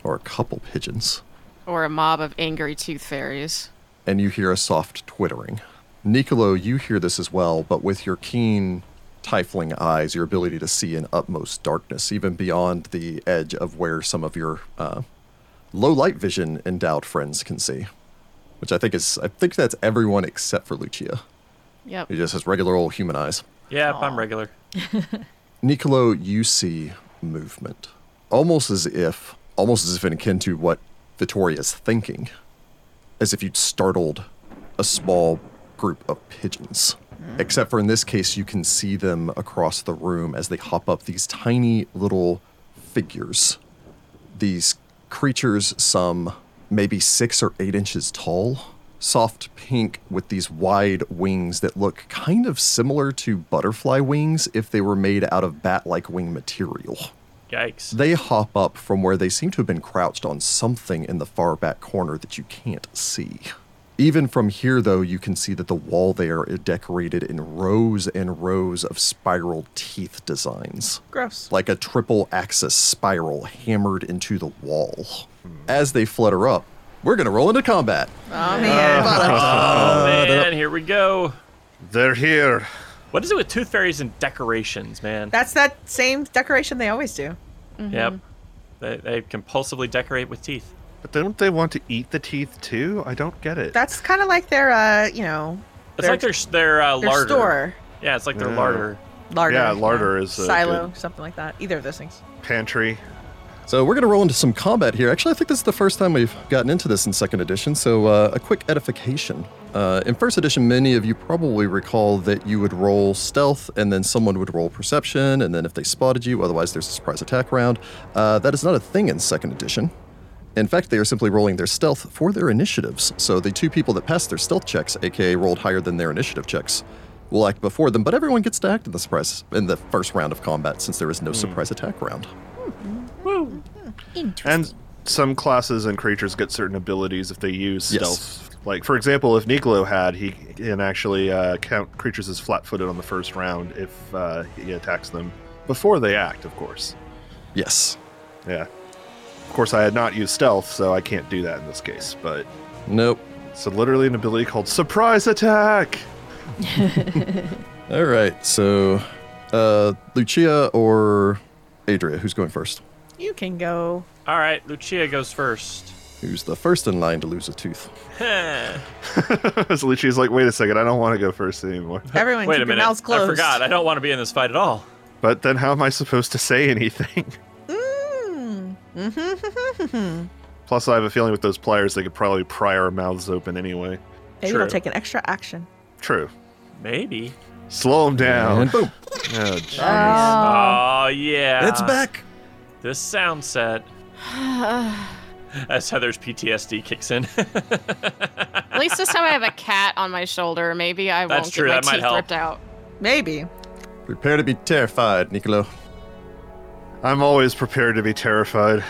A: or a couple pigeons.
D: Or a mob of angry tooth fairies.
A: and you hear a soft twittering. Niccolo, you hear this as well, but with your keen tiefling eyes, your ability to see in utmost darkness, even beyond the edge of where some of your uh, low light vision endowed friends can see, which I think is I think that's everyone except for Lucia,
D: Yep.
A: who just has regular old human eyes.
C: Yeah, I'm regular.
A: Niccolo, you see movement, almost as if, almost as if in akin to what Vittoria's thinking, as if you'd startled a small group of pigeons. Except for in this case, you can see them across the room as they hop up these tiny little figures. These creatures, some maybe six or eight inches tall, soft pink with these wide wings that look kind of similar to butterfly wings if they were made out of bat like wing material.
C: Yikes.
A: They hop up from where they seem to have been crouched on something in the far back corner that you can't see. Even from here, though, you can see that the wall there is decorated in rows and rows of spiral teeth designs
B: Gross.
A: like a triple axis spiral hammered into the wall. As they flutter up, we're going to roll into combat.
B: Oh, man.
C: oh, man, here we go.
F: They're here.
C: What is it with tooth fairies and decorations, man?
B: That's that same decoration they always do.
C: Yep. They, they compulsively decorate with teeth.
F: But don't they want to eat the teeth too? I don't get it.
B: That's kind of like their, uh, you know,
C: It's like their, their, uh,
B: their
C: larder.
B: store.
C: Yeah, it's like their
F: Yeah.
C: larder.
B: Larder.
F: Yeah, larder is a
B: Silo, something like that. Either of those things.
F: Pantry.
A: So we're going to roll into some combat here. Actually, I think this is the first time we've gotten into this in second edition. So uh, a quick edification. Uh, in first edition, many of you probably recall that you would roll stealth, and then someone would roll perception, and then if they spotted you, otherwise there's a surprise attack round. Uh, that is not a thing in second edition. In fact, they are simply rolling their stealth for their initiatives. So the two people that passed their stealth checks, aka rolled higher than their initiative checks, will act before them, but everyone gets to act in the surprise in the first round of combat since there is no surprise attack round.
E: Interesting.
F: And some classes and creatures get certain abilities if they use
A: Yes.
F: stealth. Like for example, if Niklo had, he can actually uh, count creatures as flat-footed on the first round if uh, he attacks them before they act, of course.
A: Yes.
F: Yeah. Of course, I had not used stealth, so I can't do that in this case. But
A: Nope.
F: so literally an ability called surprise attack.
A: All right. So, uh, Lucia or Adria, who's going first?
B: You can go.
C: All right, Lucia goes first.
A: Who's the first in line to lose a tooth?
F: so Lucia's like, wait a second, I don't want to go first anymore.
B: Everyone,
C: Wait
B: keep
C: a minute.
B: your mouths closed.
C: I forgot. I don't want to be in this fight at all.
F: But then how am I supposed to say anything?
B: Mm.
F: Plus, I have a feeling with those pliers, they could probably pry our mouths open anyway.
B: Maybe
C: True.
B: it'll take an extra action.
F: True.
C: Maybe.
F: Slow them down.
A: And boom!
F: Oh, geez.
C: Oh, yeah.
F: Ah.
A: it's back.
C: This sound set. As Heather's PTSD kicks in.
D: At least this time I have a cat on my shoulder. Maybe I
C: That's
D: won't
C: true,
D: get
C: that might
D: my teeth
C: help.
D: ripped out.
B: Maybe.
A: Prepare to be terrified, Niccolo.
F: I'm always prepared to be terrified.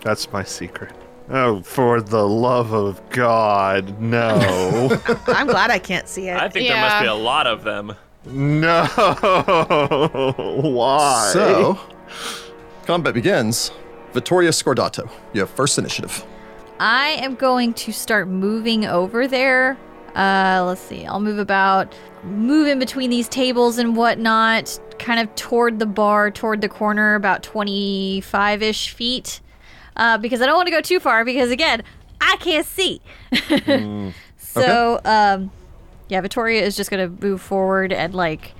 F: That's my secret. Oh, for the love of God, no.
B: I'm glad I can't see it.
C: I think there must
D: Yeah.
C: be a lot of them.
F: no. Why?
A: So, combat begins. Vittoria Scordato, you have first initiative.
E: I am going to start moving over there. Uh, let's see. I'll move about, move in between these tables and whatnot, kind of toward the bar, toward the corner, about 25 ish feet. Uh, because I don't want to go too far, because again, I can't see. so, um, yeah, Vittoria is just going to move forward and like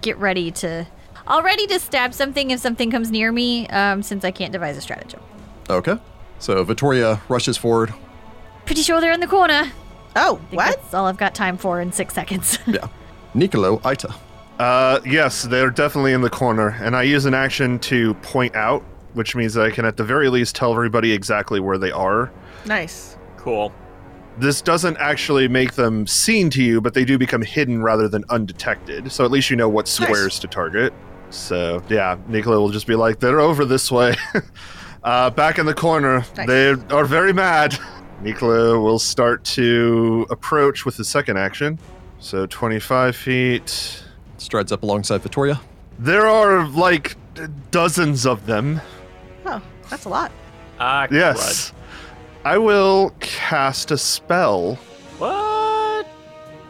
E: get ready to. I'll ready to stab something if something comes near me, um, since I can't devise a stratagem.
A: Okay. So Vittoria rushes forward.
E: Pretty sure they're in the corner.
B: oh,
E: think
B: what?
E: That's all I've got time for in six seconds.
A: Yeah. Niccolo Ita.
F: Uh, yes, they're definitely in the corner, and I use an action to point out, which means that I can at the very least tell everybody exactly where they are.
B: Nice.
C: Cool.
F: This doesn't actually make them seen to you, but they do become hidden rather than undetected. So at least you know what squares to target. So yeah, Nicola will just be like, "They're over this way, uh, back in the corner.
B: Nice.
F: They are very mad." Nicola will start to approach with the second action. So twenty-five feet.
A: Strides up alongside Vittoria.
F: There are like dozens of them.
B: Oh, that's a lot.
C: Ah,
F: Yes. I will cast a spell.
C: crud. What?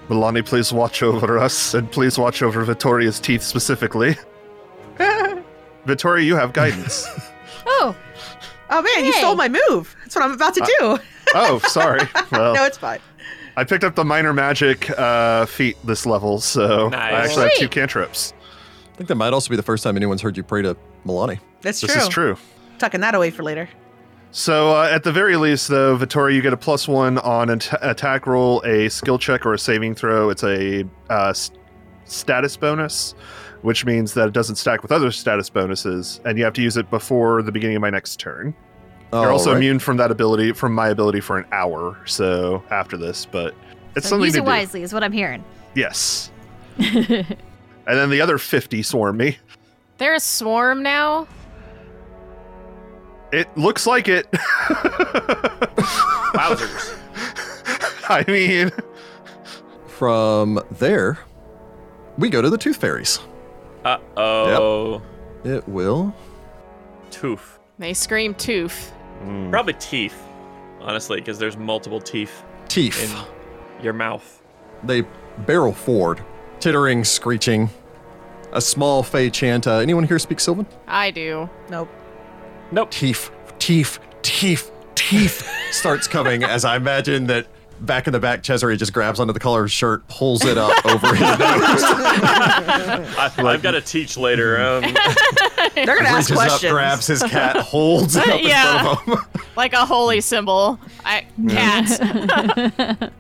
F: Milani, please watch over us, and please watch over Vittoria's teeth specifically. Vittoria, you have guidance.
E: oh,
B: Oh man, you
E: Hey.
B: stole my move. That's what I'm about to do.
F: Uh, oh, sorry. Well,
B: no, it's fine.
F: I picked up the minor magic uh, feat this level, so
C: Nice.
F: I actually have two
E: Sweet.
F: cantrips.
A: I think that might also be the first time anyone's heard you pray to Milani.
B: That's
F: This
B: true.
F: is true.
B: Tucking that away for later.
F: So, uh, at the very least, though, Vittoria, you get a plus one on an attack roll, a skill check, or a saving throw. It's a uh, s- status bonus, which means that it doesn't stack with other status bonuses, and you have to use it before the beginning of my next turn. You're also
A: All right.
F: immune from that ability, from my ability for an hour, so after this, but it's
E: so
F: something
E: use
F: to
E: it
F: do.
E: wisely is what I'm hearing.
F: Yes. and then the other 50 swarm me.
D: They're a swarm now.
F: It looks like it.
C: Wowzers.
F: I mean,
A: From there, we go to the Tooth Fairies.
C: Uh oh.
A: It will.
C: Tooth.
D: They scream tooth.
C: Probably teeth, honestly, because there's multiple teeth
A: Teeth.
C: in your mouth.
A: They barrel forward, tittering, screeching. A small Fey chant. Uh, anyone here speak Sylvan?
D: I do.
B: Nope.
C: Nope.
A: Teeth, teeth, teeth, teeth starts coming as I imagine that back in the back, Cesare just grabs onto the collar of his shirt, pulls it up over his nose,
C: I, I've got to teach later. Um,
B: They're gonna ask
A: reaches up,
B: questions.
A: grabs his cat, holds it up in
D: Yeah.
A: front of him.
D: Like a holy symbol. I cat.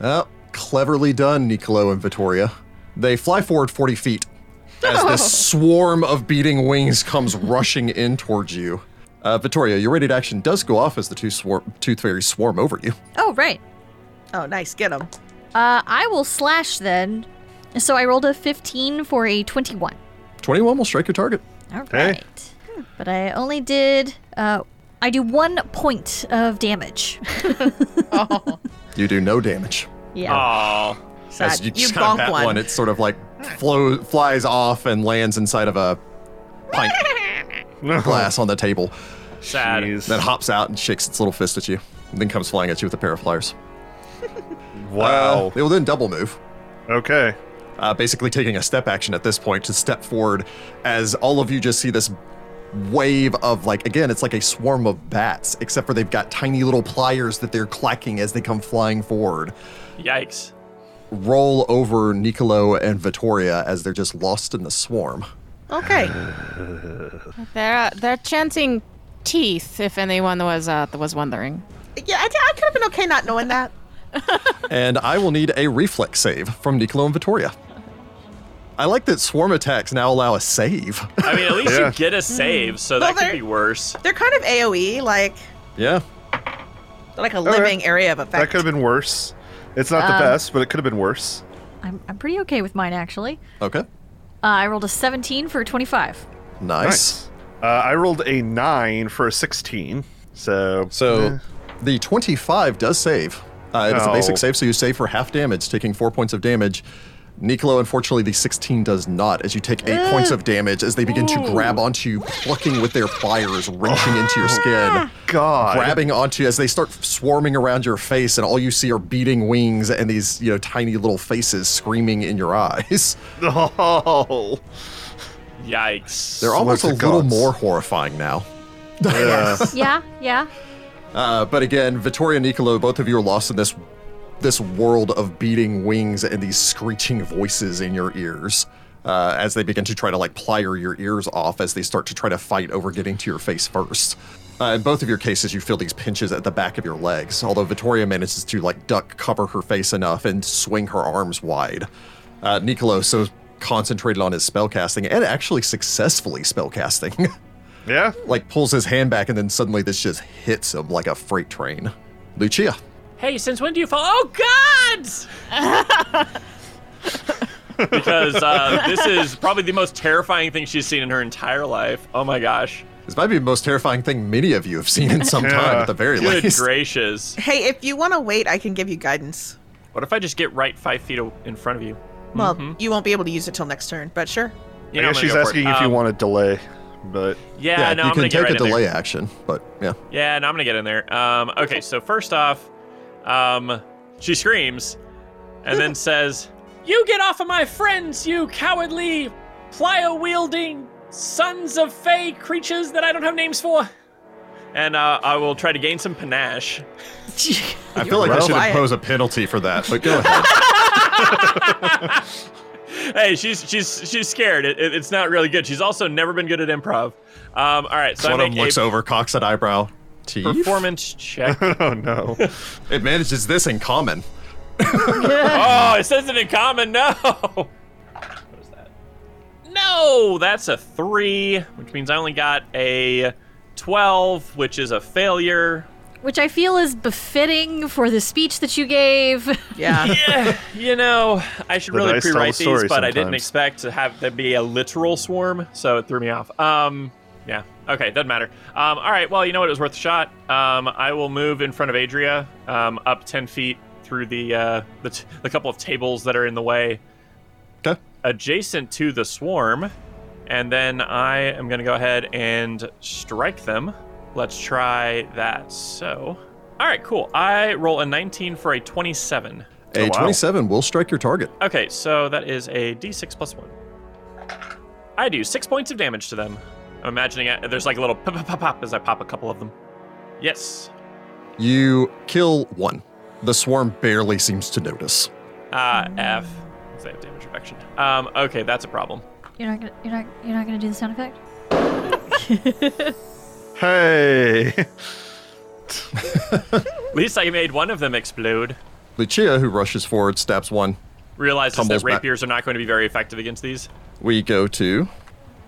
A: Oh, cleverly done, Niccolo and Vittoria. They fly forward 40 feet as this swarm of beating wings comes rushing in towards you. Uh, Vittoria, your rated action does go off as the two swar- tooth fairies swarm over you.
E: Oh, right.
B: Oh, nice. Get them.
E: Uh, I will slash then. So I rolled a 15 for a 21.
A: 21 will strike your target.
E: All right. But I only did. Uh, I do one point of damage.
A: You do no damage.
E: yeah.
F: Ah.
C: Oh,
A: As
B: Sad.
A: you
B: You,
A: just kind of
B: bonk
A: bat one.
B: one.
A: it sort of like flow, flies off and lands inside of a pint glass on the table.
C: sad.
A: Then hops out and shakes its little fist at you. And then comes flying at you with a pair of pliers.
F: Wow.
A: It will then double move.
F: okay.
A: uh, basically taking a step action at this point to step forward as all of you just see this wave of like again it's like a swarm of bats except for they've got tiny little pliers that they're clacking as they come flying forward
C: Yikes.
A: roll over Niccolo and Vittoria as they're just lost in the swarm
B: Okay.
G: They're uh, they're chanting teeth. If anyone was uh, was wondering.
B: Yeah, I, I could have been okay not knowing that.
A: and I will need a reflex save from Niccolo and Vittoria I like that swarm attacks now allow a save
C: I mean, at least
F: Yeah.
C: you get a save, so
B: Well,
C: that could
B: there-
C: be worse.
B: They're kind of AOE, like
A: yeah
B: they're like a living area of
F: That
B: effect.
F: could have been worse. It's not
B: Um,
F: the best, but it could have been worse.
E: I'm, I'm pretty okay with mine, actually.
A: okay
E: Uh, I rolled a 17 for a 25.
A: nice.
F: Uh, I rolled a nine for a sixteen. So
A: So the 25 does save. Uh, it is a
F: Oh.
A: basic save, so you save for half damage, taking four points of damage. Nicolo, unfortunately, the 16 does not, as you take eight
F: Eh.
A: points of damage as they begin to grab onto you, plucking with their pliers, wrenching into your
F: Oh.
A: skin,
F: God.
A: grabbing onto you as they start swarming around your face, and all you see are beating wings and these you know tiny little faces screaming in your eyes.
F: Oh.
C: Yikes.
A: They're almost a
F: to
A: little
F: gods.
A: more horrifying now.
E: yeah, yeah.
A: Uh, but again, Vittoria and Nicolo, both of you are lost in this this world of beating wings and these screeching voices in your ears uh, as they begin to try to like plier your ears off as they start to try to fight over getting to your face first. Uh, in both of your cases, you feel these pinches at the back of your legs, although Vittoria manages to like duck cover her face enough and swing her arms wide. Uh, Nicolo, so concentrated on his spellcasting and actually successfully spellcasting.
F: Yeah.
A: like pulls his hand back and then suddenly this just hits him like a freight train. Lucia.
C: Hey, since when do you fall? Oh, God! because uh, this is probably the most terrifying thing she's seen in her entire life. Oh my gosh.
A: This might be the most terrifying thing many of you have seen in some time,
F: Yeah.
A: at the very
C: Good
A: least.
C: gracious.
B: hey, if you want to wait, I can give you guidance.
C: What if I just get right five feet a- in front of you?
B: Well,
F: Mm-hmm.
B: you won't be able to use it till next turn, but sure.
C: You
F: I
C: know, I'm gonna
F: guess
C: go
F: she's
C: for it.
F: asking if you
C: Um,
F: want to delay, but
C: Yeah,
A: Yeah,
C: no,
A: you
C: I'm
A: can
C: gonna
A: take
C: get
A: a
C: right in there.
A: delay action, but yeah.
C: Yeah, no, I'm gonna get in there. Um, okay, so first off, um, she screams, and then says, "You get off of my friends, you cowardly, plyo-wielding sons of fey creatures that I don't have names for." And uh, I will try to gain some panache.
A: I feel like I
F: well,
A: should
B: I-
A: impose a penalty for that, but go ahead.
C: Hey, she's she's she's scared. It, it- it's not really good. She's also never been good at improv. Um, all right, so
A: One
C: I
A: of them
C: make
A: looks
C: a
A: over, cocks an eyebrow. Teeth?
C: performance check.
F: oh no.
A: It manages this in common.
C: oh, it says it in common. No. What is that? No, that's a three, which means I only got a twelve, which is a failure.
E: Which I feel is befitting for the speech that you gave.
B: Yeah.
C: Yeah, you know, I should
F: The
C: really
F: dice tell
C: pre-write
F: the
C: these,
F: story
C: but I didn't
F: sometimes.
C: expect to have there be a literal swarm, so it threw me off. Um, yeah. Okay, doesn't matter. Um, all right. Well, you know what? It was worth a shot. Um, I will move in front of Adria, um, up ten feet through the uh, the, t- the couple of tables that are in the way.
A: Okay.
C: Oh, adjacent to the swarm, and then I am going to go ahead and strike them. Let's try that. So, all right, cool. I roll a 19 for a 27.
A: A
F: Oh, wow.
A: 27 will strike your target.
C: Okay, so that is a d6 plus one. I do six points of damage to them. I'm imagining it, there's like a little pop, pop, pop, pop as I pop a couple of them. Yes.
A: You kill one. The swarm barely seems to notice.
C: Ah, F. Because they have damage reduction. Um, okay, that's a problem.
E: you're not gonna, you're not, you're not gonna do the sound effect.
F: Hey.
C: At least I made one of them explode.
A: Lucia, who rushes forward, stabs one.
C: Realizes
A: Tumbles
C: that
A: back.
C: rapiers are not going to be very effective against these.
A: We go to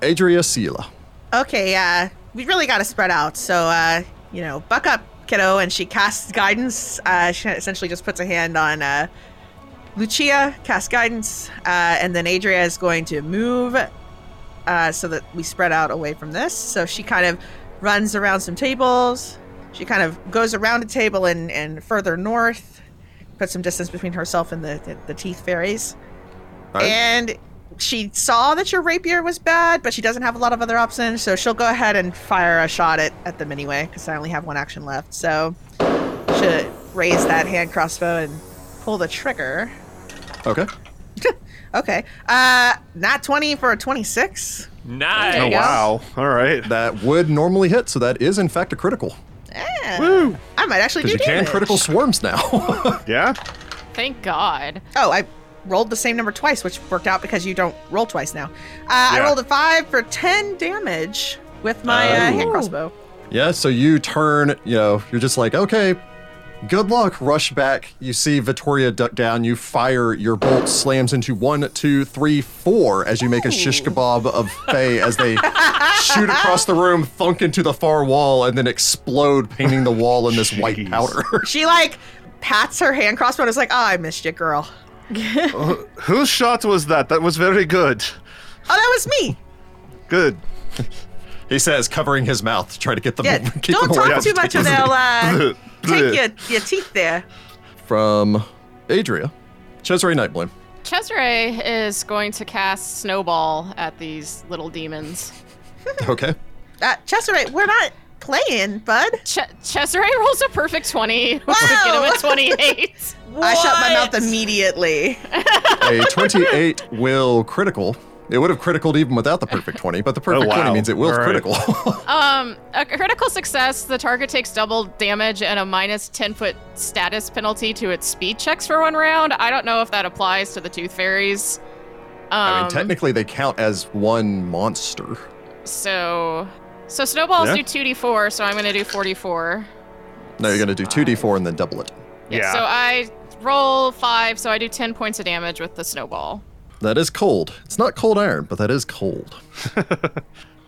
A: Adria Sela.
B: okay. Uh, we really got to spread out. So, uh, you know, buck up, kiddo. And she casts guidance. Uh, she essentially just puts a hand on uh, Lucia cast guidance, uh, and then Adria is going to move uh, so that we spread out away from this. So she kind of runs around some tables. She kind of goes around a table and, and further north, puts some distance between herself and the, the, the teeth fairies.
A: All right.
B: And she saw that your rapier was bad, but she doesn't have a lot of other options, so she'll go ahead and fire a shot at, at them anyway, because I only have one action left. So should raise that hand crossbow and pull the trigger.
A: Okay.
B: Okay. Uh not 20 for a 26.
C: Nice.
B: There
F: Oh,
B: you go.
F: wow. All right.
A: That would normally hit, so that is in fact a critical.
B: Eh,
F: Woo.
B: I might actually do
A: Because you can
B: damage.
A: critical swarms now.
F: Yeah.
D: Thank God.
B: Oh, I rolled the same number twice, which worked out because you don't roll twice now. Uh, I
F: Yeah.
B: rolled a 5 for 10 damage with my uh, hand crossbow.
A: yeah, so you turn, you know, you're just like, okay, good luck, rush back. You see Vittoria duck down, you fire, your bolt slams into one, two, three, four as you make a shish kebab of Faye as they shoot across the room, thunk into the far wall, and then explode, painting the wall in this white
F: Jeez.
A: powder.
B: She like pats her hand crossbow and is like, "Oh, I missed you, girl." Oh,
F: Whose shot was that? That was very good.
B: Oh, that was me.
F: Good.
A: he says, covering his mouth to try to get them
B: Yeah,
A: keep them
B: don't
A: away
B: talk
A: from
B: too much, or
A: taking
B: they'll uh, take
F: Bleh.
B: your, your teeth there.
A: from Adria. Cesare Nightbloom.
D: Cesare is going to cast Snowball at these little demons.
A: Okay.
B: Uh, Chester, we're not playing, bud.
D: Ch- Cesare rolls a perfect 20, which would get him
B: Wow.
D: at 28.
B: I shut my mouth immediately.
A: A 28 will critical. It would have criticaled even without the perfect 20, but the perfect
F: Oh, wow.
A: 20 means it will
F: All right.
A: critical.
D: Um, a critical success, the target takes double damage and a minus 10 foot status penalty to its speed checks for one round. I don't know if that applies to the Tooth Fairies. Um,
A: I mean, technically, they count as one monster.
D: So, so snowballs
F: Yeah.
D: do 2d4, so I'm going to do 44.
A: No, you're going to do 2d4 and then double it.
F: Yeah.
D: So
B: uh,
D: I roll 5, so I do 10 points of damage with the snowball.
A: That is cold. It's not cold iron, but that is cold.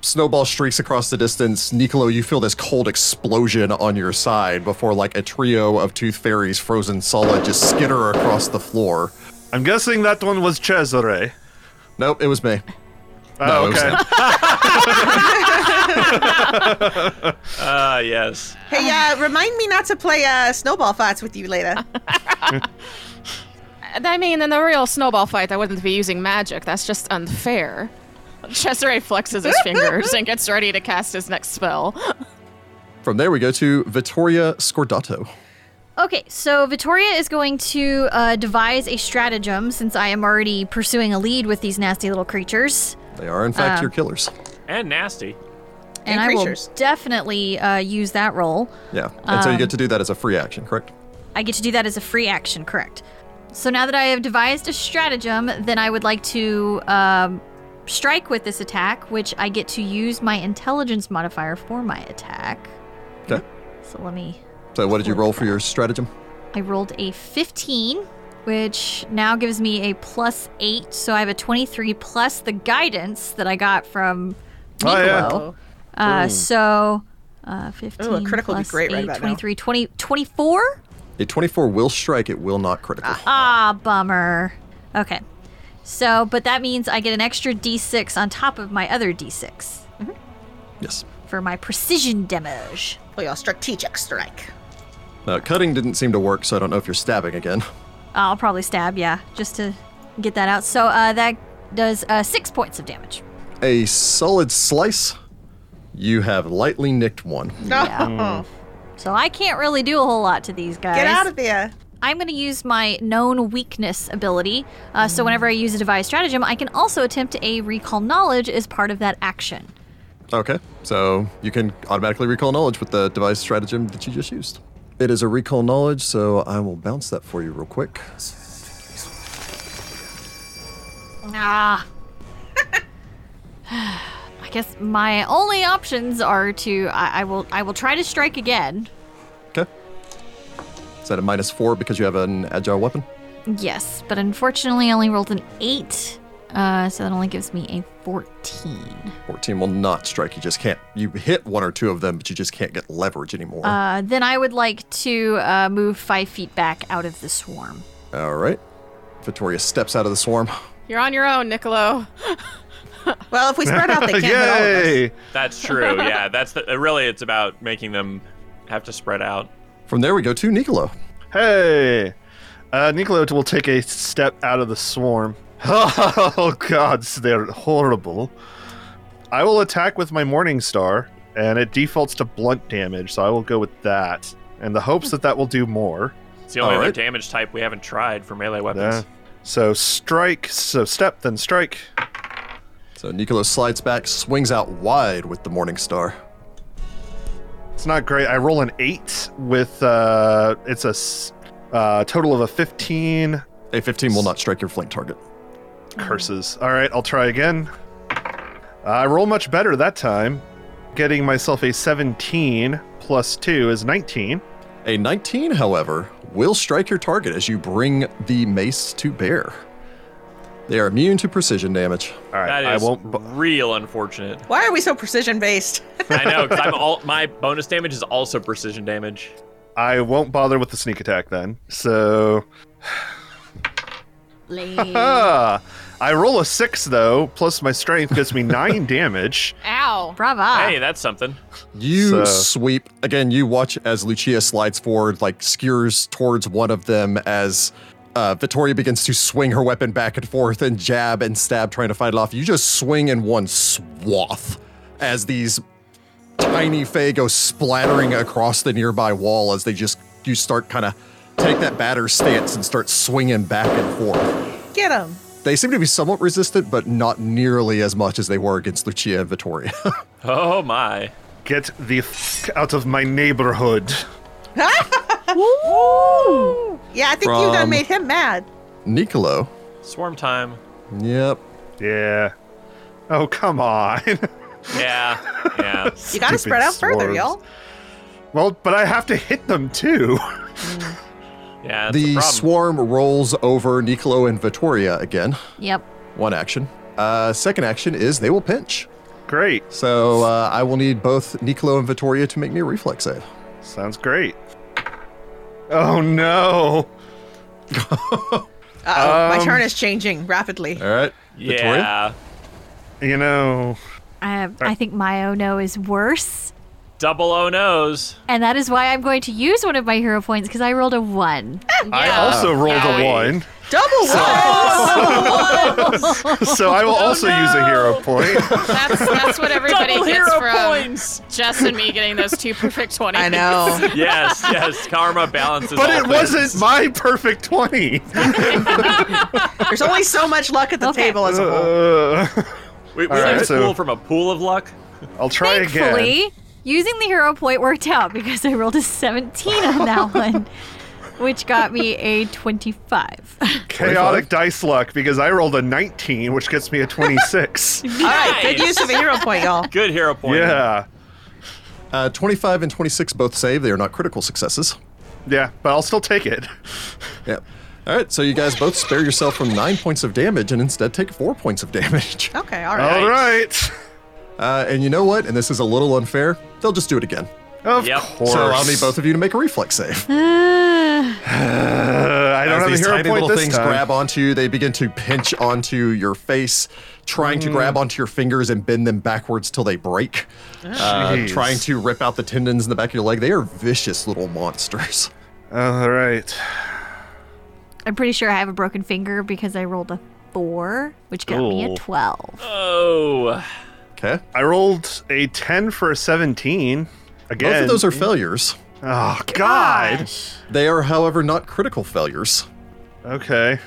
A: Snowball streaks across the distance. Nicolo, you feel this cold explosion on your side before, like, a trio of tooth fairies frozen solid just skitter across the floor.
F: I'm guessing that one was Cesare.
A: Nope, it was me. No,
F: Oh,
A: it was
F: okay.
C: Ah, yes.
B: Hey, uh, remind me not to play uh, snowball fights with you later.
D: And I mean, in the real snowball fight, I wouldn't be using magic. That's just unfair. Cesare flexes his fingers and gets ready to cast his next spell.
A: From there, we go to Vittoria Scordato.
E: Okay, so Vittoria is going to uh, devise a stratagem since I am already pursuing a lead with these nasty little creatures.
A: They are, in fact, your killers.
C: And nasty.
E: And,
B: And
E: I will
B: creatures.
E: definitely uh, use that roll.
A: Yeah. And so you get to do that as a free action, correct?
E: I get to do that as a free action, correct? So now that I have devised a stratagem, then I would like to um, strike with this attack, which I get to use my intelligence modifier for my attack.
A: Okay.
E: So let me.
A: So what did you roll for your stratagem?
E: I rolled a 15, which now gives me a plus 8. So I have a 23 plus the guidance that I got from
F: Oh, yeah.
E: Niccolo. Uh, so uh, 15.
B: Ooh, a critical would be
E: plus
B: great right
E: 8,
B: about now.
E: 23, 20, 24?
A: A 24 will strike, it will not critical.
E: Ah, bummer. Okay. So, but that means I get an extra d6 on top of my other d6
A: Yes.
E: for my precision damage.
B: Play your strategic strike.
A: Now, Uh, cutting didn't seem to work, so I don't know if you're stabbing again.
E: I'll probably stab, yeah, just to get that out. So, uh, that does uh, six points of damage.
A: A solid slice. You have lightly nicked one.
B: No,
E: So I can't really do a whole lot to these guys.
B: get out of there.
E: I'm going to use my known weakness ability. Uh, So whenever I use a devised stratagem, I can also attempt a recall knowledge as part of that action.
A: Okay. So you can automatically recall knowledge with the device stratagem that you just used. It is a recall knowledge, so I will bounce that for you real quick.
E: Ah. I guess my only options are to I, I will I will try to strike again.
A: Okay. Is that a minus four because you have an agile weapon?
E: Yes, but unfortunately I only rolled an eight. Uh, so that only gives me a fourteen.
A: 14 will not strike. You just can't. You hit one or two of them, but you just can't get leverage anymore.
E: Uh, then I would like to uh, move five feet back out of the swarm.
A: All right. Vittoria steps out of the swarm.
D: You're on your own, Niccolo.
B: Well, if we spread out, they can't hit all of us.
F: Yay!
C: That's true. Yeah, that's the, uh, really it's about making them have to spread out.
A: From there, we go to Nicolo.
F: Hey! Uh, Nicolo will take a step out of the swarm. Oh, God, they're horrible. I will attack with my Morning Star, and it defaults to blunt damage, so I will go with that, in the hopes that that will do more.
C: It's the only other
A: Alright.
C: damage type we haven't tried for melee weapons.
F: Yeah. So strike, so step, then strike.
A: So Nicolo slides back, swings out wide with the Morning Star.
F: It's not great. I roll an eight with uh, it's a s- uh, total of a fifteen.
A: A 15 will not strike your flank target.
F: Curses. All right, I'll try again. Uh, I roll much better that time. Getting myself a seventeen plus two is nineteen.
A: A 19, however, will strike your target as you bring the mace to bear. They are immune to precision damage.
F: All right,
C: That
F: I
C: is
F: won't. bu-
C: real unfortunate.
B: Why are we so precision based?
C: I know because I'm all my bonus damage is also precision damage.
F: I won't bother with the sneak attack then. So
E: Lame.
F: ah, I roll a six though, plus my strength gives me nine damage.
D: Ow.
E: Brava.
C: Hey, that's something.
A: You
F: So-
A: sweep. Again, you watch as Lucia slides forward, like skewers towards one of them as uh, Vittoria begins to swing her weapon back and forth and jab and stab, trying to fight it off. You just swing in one swath as these tiny Fae go splattering across the nearby wall as they just, you start kind of take that batter stance and start swinging back and forth.
B: Get him.
A: They seem to be somewhat resistant, but not nearly as much as they were against Lucia and Vittoria.
C: Oh my!
F: Get the f- out of my neighborhood.
B: Yeah, I think you done
A: From-
B: made him mad.
A: Nicolo.
C: Swarm time.
A: Yep.
F: Yeah. Oh, come on.
C: Yeah, yeah.
B: You gotta
F: Stupid
B: spread out further,
F: swarms.
B: y'all.
F: well, but I have to hit them too.
C: Yeah, that's
A: the
C: a problem.
A: swarm rolls over Nicolo and Vittoria again.
E: Yep.
A: One action. Uh, second action is they will pinch.
F: great.
A: So uh, I will need both Nicolo and Vittoria to make me a reflex save.
F: Sounds great. Oh, no.
B: Uh-oh, my
F: Um,
B: turn is changing rapidly.
A: All right. Vittoria?
C: yeah,
F: You know,
E: I, Uh, I think my oh no is worse.
C: double O nose.
E: And that is why I'm going to use one of my hero points because I rolled a one.
F: I
E: Oh,
D: Yeah.
F: also rolled a one,
B: Double one!
F: so I
E: Oh,
F: will also use a hero point.
D: That's that's what everybody
C: Double
D: gets
C: hero
D: from
C: points.
D: Jess and me getting those two perfect twenties.
B: I know.
C: Yes, yes. Karma balances.
F: but
C: all
F: it
C: things.
F: wasn't my perfect 20.
B: There's only so much luck at the
E: Okay.
B: table as a whole.
F: Uh,
C: We, we
F: All
C: like
F: right,
C: to
F: so-
C: pull from a pool of luck.
F: I'll try
E: Thankfully,
F: again.
E: using the hero point worked out because I rolled a 17 on that one, which got me a 25.
F: Chaotic dice luck because I rolled a 19, which gets me a 26.
B: All right, good
C: Nice.
B: use of a hero point, y'all.
C: Good hero point.
F: yeah.
A: Uh, 25 and 26 both save. They are not critical successes.
F: Yeah, but I'll still take it.
A: Yep. All right. So you guys both spare yourself from nine points of damage and instead take four points of damage.
B: Okay, all right.
F: All right.
A: Uh, and you know what? And this is a little unfair. They'll just do it again.
F: Of
C: Yep.
F: course.
A: So I'll need both of you to make a reflex save.
F: Uh, I don't
A: As
F: have a
A: these
F: hero
A: tiny
F: point
A: little
F: this
A: things
F: time.
A: grab onto you, they begin to pinch onto your face, trying to
F: Mm.
A: grab onto your fingers and bend them backwards till they break. Uh,
F: Oh, Jeez.
A: trying to rip out the tendons in the back of your leg. They are vicious little monsters.
F: All right.
E: I'm pretty sure I have a broken finger because I rolled a 4, which got me
F: Ooh.
E: a 12.
C: Oh,
A: Okay.
F: I rolled a 10 for a 17. Again.
A: Both of those are failures.
F: Oh, God.
A: They are, however, not critical failures.
F: Okay.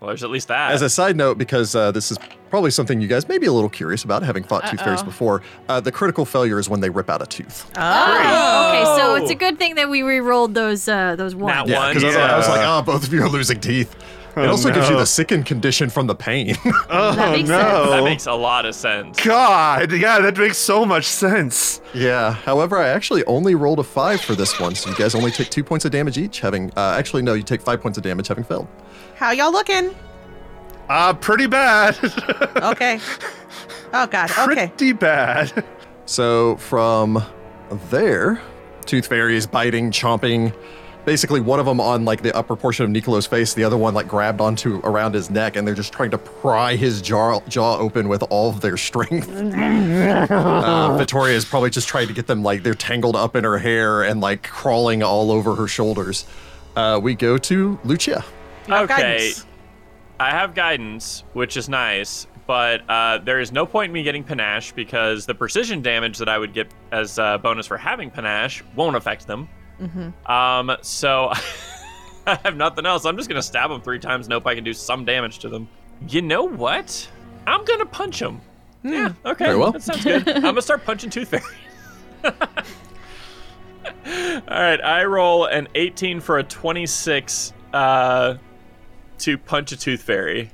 C: well, there's at least that.
A: As a side note, because uh, this is probably something you guys may be a little curious about, having fought tooth fairies before, uh, the critical failure is when they rip out a tooth.
F: Uh,
E: Okay, so it's a good thing that we re-rolled those uh, those ones.
C: one.
A: Yeah, because I was like, oh, both of you are losing teeth. It also gives you
F: Oh, no.
A: the sickened condition from the pain.
F: Oh,
E: That makes
F: no.
E: sense.
C: that makes a lot of sense.
F: God. Yeah, that makes so much sense.
A: yeah. However, I actually only rolled a five for this one, so you guys only take two points of damage each, having uh, actually no, you take five points of damage having failed.
B: How y'all looking?
F: Uh, pretty bad.
B: Okay. Oh, God. Okay.
F: pretty bad.
A: So from there, Tooth Fairy is biting, chomping, basically one of them on like the upper portion of Nicolo's face, the other one like grabbed onto around his neck, and they're just trying to pry his jaw jaw open with all of their strength. uh, Vittoria is probably just trying to get them like they're tangled up in her hair and like crawling all over her shoulders. Uh, we go to Lucia.
B: You have
C: okay.
B: guidance.
C: I have guidance, which is nice, but uh, there is no point in me getting panache because the precision damage that I would get as a bonus for having panache won't affect them. Um, so I have nothing else. I'm just gonna stab them three times. and hope I can do some damage to them. You know what? I'm gonna punch them. Yeah. Okay.
A: Very well.
C: That sounds good. I'm gonna start punching Tooth Fairy. All right. I roll an 18 for a 26 uh, to punch a Tooth Fairy.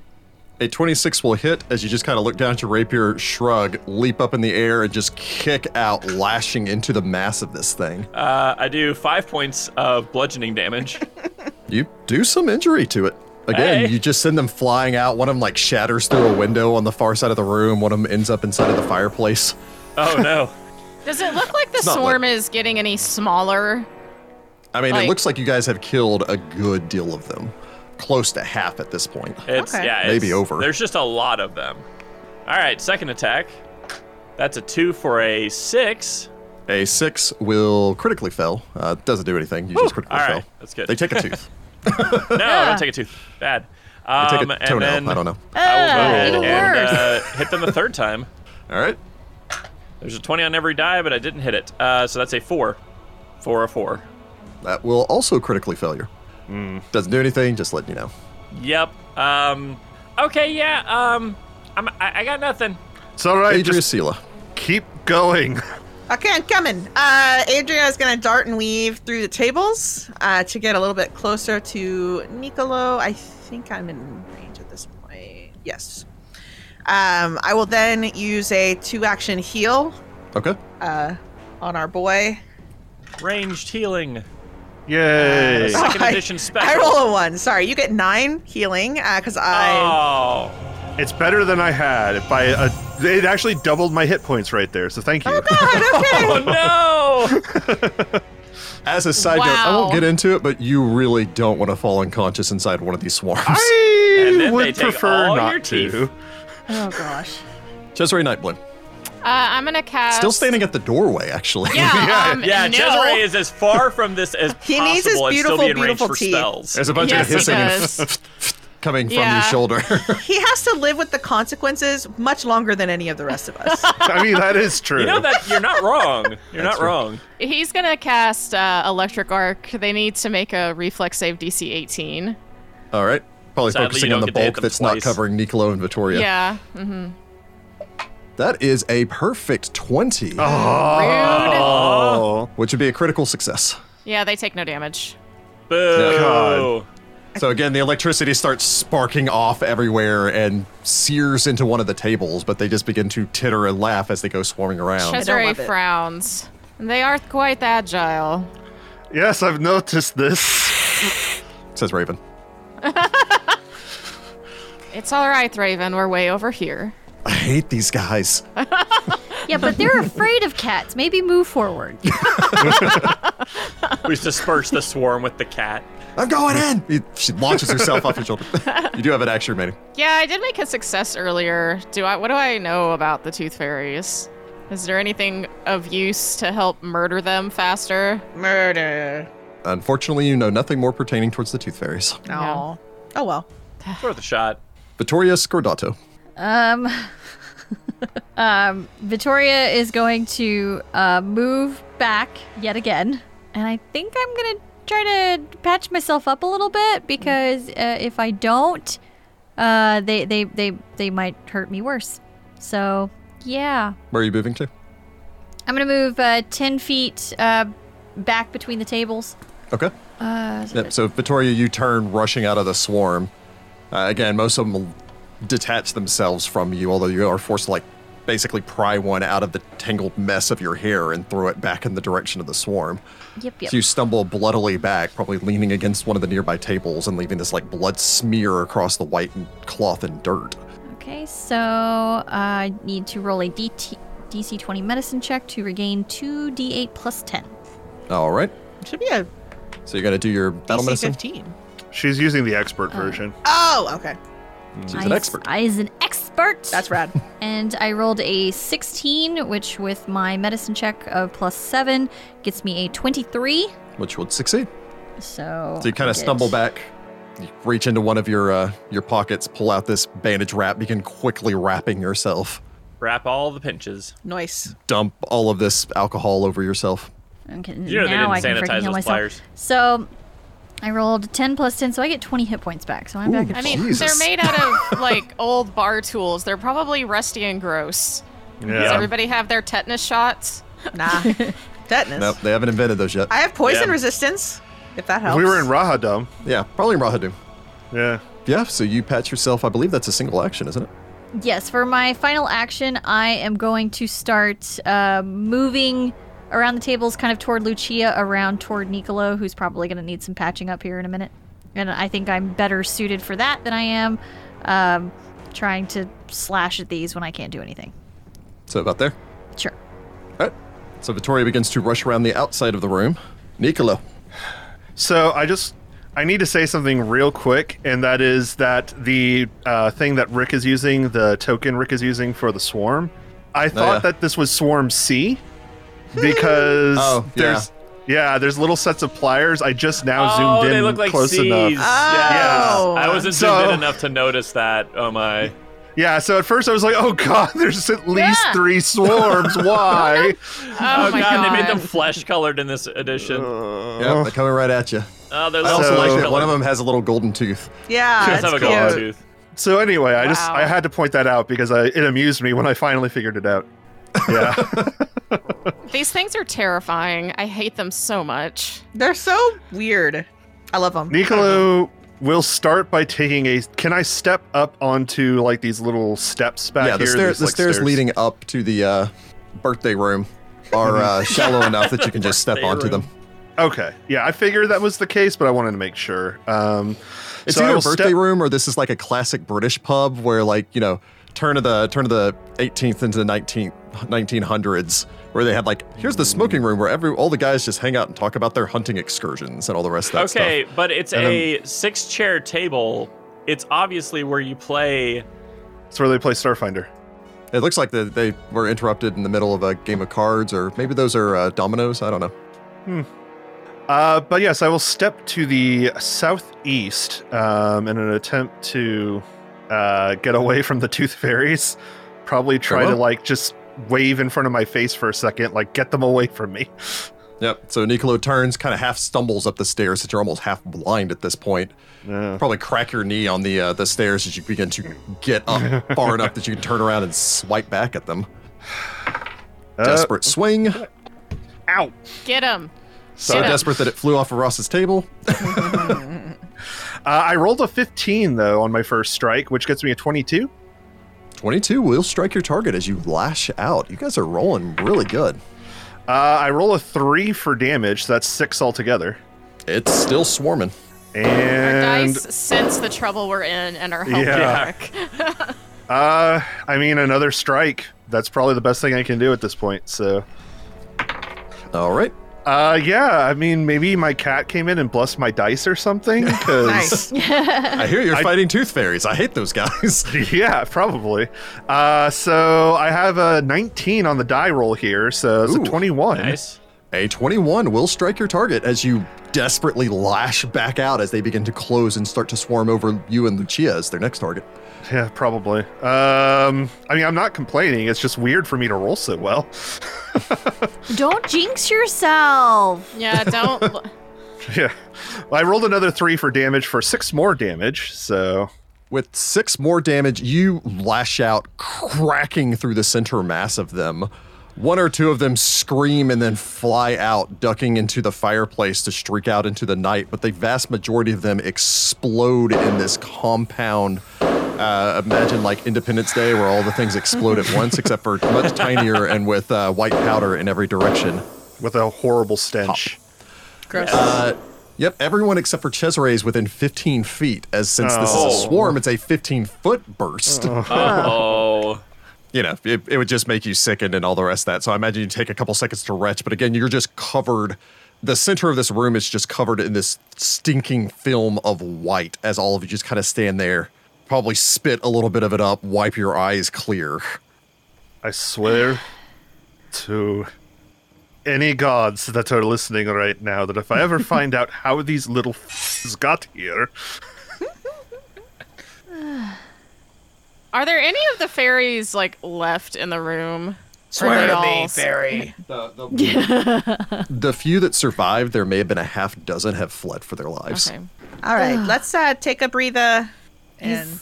A: A 26 will hit as you just kind of look down at your rapier, shrug, leap up in the air, and just kick out, lashing into the mass of this thing.
C: Uh, I do five points of bludgeoning damage.
A: You do some injury to it. Again,
C: Hey.
A: you just send them flying out. One of them like shatters through a window on the far side of the room. One of them ends up inside of the fireplace.
C: oh no.
D: Does it look like the
A: not
D: swarm is getting any smaller?
A: I mean, it
D: Like-
A: looks like you guys have killed a good deal of them, close to half at this point.
C: It's
B: Okay.
C: yeah,
A: Maybe
C: it's-
A: over.
C: There's just a lot of them. All right, second attack. That's a two for a six.
A: A six will critically fail. Uh, doesn't do anything. You just critically
C: All
A: fail.
C: right, that's good.
A: They take a tooth.
C: No, don't take a tooth. Bad.
A: They
C: Um,
A: take a
C: and
A: toenail.
C: then
A: I don't know.
C: I will go
E: Oh,
C: ahead
D: even
C: and
D: worse.
C: uh, hit them the third time.
A: All right.
C: There's a 20 on every die, but I didn't hit it. Uh, so that's a four. Four or four.
A: That will also critically failure. Doesn't do anything. Just letting you know.
C: Yep. Um, okay, yeah. Um, I'm, I, I got nothing.
F: It's all right.
A: Adria
F: Just
A: Sela.
F: keep going.
B: Okay, I'm coming. Uh, Adria is going to dart and weave through the tables uh, to get a little bit closer to Nicolo. I think I'm in range at this point. Yes. Um, I will then use a two action heal
A: Okay.
B: uh, on our boy.
C: Ranged healing.
F: Yay.
C: Uh, Second
B: I-
C: edition special.
B: I roll a one. Sorry, you get nine healing because I.
C: Oh.
F: It's better than I had. By a, it actually doubled my hit points right there. So thank you.
B: Oh,
C: Oh no!
A: As a side note, I won't
D: Wow.
A: get into it, but you really don't want to fall unconscious inside one of these swarms.
C: And
F: I
C: then they
F: would
C: take
F: prefer
C: all your
F: not to.
C: teeth.
E: Oh gosh.
A: Cesare Nightbloom.
D: Uh, I'm gonna cast.
A: Still standing at the doorway, actually.
D: Yeah. um,
C: Yeah,
D: no.
C: Cesare is as far from this as possible.
B: He needs his
C: and
B: beautiful,
C: still be in range
B: beautiful
C: for
B: teeth.
C: spells.
A: There's a bunch
D: Yes,
A: of
D: he
A: hissing and
D: does.
A: coming from your
D: Yeah.
A: shoulder.
B: He has to live with the consequences much longer than any of the rest of us.
F: I mean, that is true.
C: You know that you're not wrong. You're not wrong.
D: He's gonna cast uh, Electric Arc. They need to make a reflex save DC 18.
A: All right. Probably
C: Sadly,
A: focusing
C: you
A: on
C: don't
A: the
C: get to hit
A: bulk
C: them
A: that's not
C: twice.
A: covering Nicolo and Vittoria.
D: Yeah. Mm,
A: That is a perfect 20,
D: Rude.
F: Oh.
A: which would be a critical success.
D: Yeah, they take no damage.
C: Boo. Oh.
F: God.
A: So again, the electricity starts sparking off everywhere and sears into one of the tables, but they just begin to titter and laugh as they go swarming around.
D: Cesare
B: love it.
D: frowns.
G: They aren't quite agile.
F: Yes, I've noticed this.
A: says Raven.
G: It's all right, Raven. We're way over here.
A: I hate these guys.
E: Yeah, but they're afraid of cats. Maybe move forward.
C: We disperse the swarm with the cat.
A: I'm going in. He- She launches herself off your shoulder. You do have an action remaining.
D: Yeah, I did make a success earlier. Do I? What do I know about the Tooth Fairies? Is there anything of use to help murder them faster?
B: Murder.
A: Unfortunately, you know nothing more pertaining towards the Tooth Fairies.
B: No. Oh well.
C: It's worth a shot.
A: Vittoria Scordato.
E: Um, um, Vittoria is going to uh, move back yet again, and I think I'm gonna try to patch myself up a little bit because uh, if I don't, uh, they they they they might hurt me worse. So yeah,
A: Where are you moving to?
E: I'm gonna move uh, ten feet uh, back between the tables.
A: Okay.
E: Uh,
A: Yep. So Vittoria, you turn rushing out of the swarm. Uh, again, most of them will detach themselves from you, although you are forced to like basically pry one out of the tangled mess of your hair and throw it back in the direction of the swarm.
E: yep, yep.
A: So you stumble bloodily back, probably leaning against one of the nearby tables and leaving this like blood smear across the white and cloth and dirt.
E: Okay, so uh, I need to roll a DT- DC 20 medicine check to regain 2d8 plus 10.
A: All right.
B: Should be a
A: So you're gonna do your battle
B: DC
A: medicine.
B: 15.
F: She's using the expert version.
B: Oh, okay.
A: She's an
E: I-
A: expert.
E: I is an expert.
B: That's rad.
E: And I rolled a 16, which with my medicine check of plus 7 gets me a 23.
A: which would succeed.
E: So,
A: So you kind
E: I
A: of
E: get-
A: stumble back, you reach into one of your uh, your pockets, pull out this bandage wrap, begin quickly wrapping yourself,
C: Wrap all the pinches.
B: nice.
A: dump all of this alcohol over yourself.
E: Okay,
C: You know they
E: now I
C: didn't
E: can freaking
C: sanitize
E: heal
C: those
E: myself.
C: pliers.
E: So I rolled 10 plus 10, so I get 20 hit points back. So I'm back
A: Ooh.
E: at
D: I mean,
A: Jesus.
D: they're made out of like old bar tools. They're probably rusty and gross. Does
F: Yeah.
D: everybody have their tetanus shots?
B: Nah. Tetanus.
A: Nope, they haven't invented those yet.
B: I have poison
C: Yeah.
B: resistance, if that helps.
F: We were in Rahadam.
A: yeah, probably in Rahadum.
F: Yeah.
A: Yeah, so you pat yourself. I believe that's a single action, isn't it?
E: Yes, for my final action, I am going to start uh, moving around the tables, kind of toward Lucia, around toward Niccolo, who's probably going to need some patching up here in a minute. And I think I'm better suited for that than I am um, trying to slash at these when I can't do anything.
A: So about there.
E: Sure.
A: All right. So Vittoria begins to rush around the outside of the room. Niccolo.
F: So I just I need to say something real quick, and that is that the uh, thing that Rick is using, the token Rick is using for the swarm, I thought
A: Oh, yeah.
F: that this was Swarm C because
A: Oh, yeah.
F: there's yeah. there's little sets of pliers. I just now
C: oh,
F: zoomed in
C: they look like
F: close
C: C's.
F: enough.
B: Oh.
C: Yes. I wasn't
F: So-
C: zoomed in enough to notice that. Oh my.
F: Yeah, so at first I was like, oh god, there's at least
D: Yeah.
F: three swarms. Why?
D: Oh, my god.
C: they made them flesh colored in this edition.
A: Yeah, they're coming right at you.
C: oh, they're
A: I also
F: So-
A: like
C: flesh
A: that one of
C: colored.
A: them has a little golden tooth.
B: Yeah,
C: Let's
B: that's
C: have a
B: cute.
C: golden tooth.
F: So anyway, I just
D: Wow.
F: I had to point that out because I, it amused me when I finally figured it out. Yeah.
D: These things are terrifying. I hate them so much.
B: They're so weird. I love them.
A: Uh-huh.
F: Nicolo will start by taking a. Can I step up onto like these little steps back
A: yeah, the,
F: here?
A: stair-
F: There's,
A: the
F: like,
A: stairs leading up to the uh, birthday room are uh, shallow enough that you can just step
C: Birthday
A: onto
C: room.
A: them.
F: Okay, yeah, I figured that was the case, but I wanted to make sure. Um,
A: It's
F: so I
A: either
F: will
A: a birthday
F: step-
A: room or this is like a classic British pub where like, you know, turn of the turn of the 18th into the 19th 1900s where they had like here's the smoking room where every all the guys just hang out and talk about their hunting excursions and all the rest of that stuff.
C: Okay, but it's
A: And
C: a six chair table. It's obviously where you play.
F: It's where they play Starfinder.
A: It looks like the, they were interrupted in the middle of a game of cards or maybe those are uh, dominoes, I don't know.
F: Uh, but yes, I will step to the southeast um, in an attempt to uh, get away from the tooth fairies. Probably try to
A: well.
F: like just wave in front of my face for a second, like get them away from me.
A: Yep. So Nicolo turns, kind of half stumbles up the stairs that you're almost half blind at this point.
F: Yeah.
A: Probably crack your knee on the uh, the stairs as you begin to get up far enough that you can turn around and swipe back at them.
F: Uh,
A: Desperate swing.
F: Ow.
D: Get them.
A: So
D: Yeah.
A: desperate that it flew off of Ross's table.
F: Uh, I rolled a 15 though on my first strike, which gets me a 22.
A: 22 will strike your target as you lash out. You guys are rolling really good.
F: Uh, I roll a three for damage. So that's six altogether.
A: It's still swarming.
D: Our
F: And
D: dice sense the trouble we're in and are helping
F: Yeah.
D: Rick.
F: uh, I mean, another strike. That's probably the best thing I can do at this point. So,
A: All right.
F: uh, yeah, I mean, maybe my cat came in and blessed my dice or something. 'cause-
B: Nice.
A: I hear you're fighting tooth fairies. I hate those guys.
F: yeah, probably. Uh, so I have a 19 on the die roll here. So it's
A: Ooh,
F: a 21.
C: Nice.
A: A 21 will strike your target as you desperately lash back out as they begin to close and start to swarm over you and Lucia as their next target.
F: Yeah, probably. Um, I mean, I'm not complaining. It's just weird for me to roll so well.
E: Don't jinx yourself.
D: Yeah, don't. l-
F: Yeah. Well, I rolled another three for damage for six more damage. So,
A: With six more damage, you lash out, cracking through the center mass of them. One or two of them scream and then fly out, ducking into the fireplace to streak out into the night, but the vast majority of them explode in this compound. Uh, imagine like Independence Day, where all the things explode at once, except for much tinier and with uh, white powder in every direction.
F: with a horrible stench.
B: Gross.
A: Yep, everyone except for Cesare is within 15 feet, as since this is
C: Oh.
A: a swarm, it's a 15 foot burst.
C: Oh.
A: You know, it, it would just make you sickened and all the rest of that. So I imagine you take a couple seconds to retch, but again, you're just covered the center of this room is just covered in this stinking film of white as all of you just kind of stand there, probably spit a little bit of it up, wipe your eyes clear.
F: I swear to any gods that are listening right now that if I ever find out how these little f***s got here,
D: Are there any of the fairies like left in the room?
B: Swear
D: they
B: to me,
D: all-
B: fairy.
A: The few that survived, there may have been a half dozen have fled for their lives.
D: Okay.
B: All right, let's uh, take a breather. And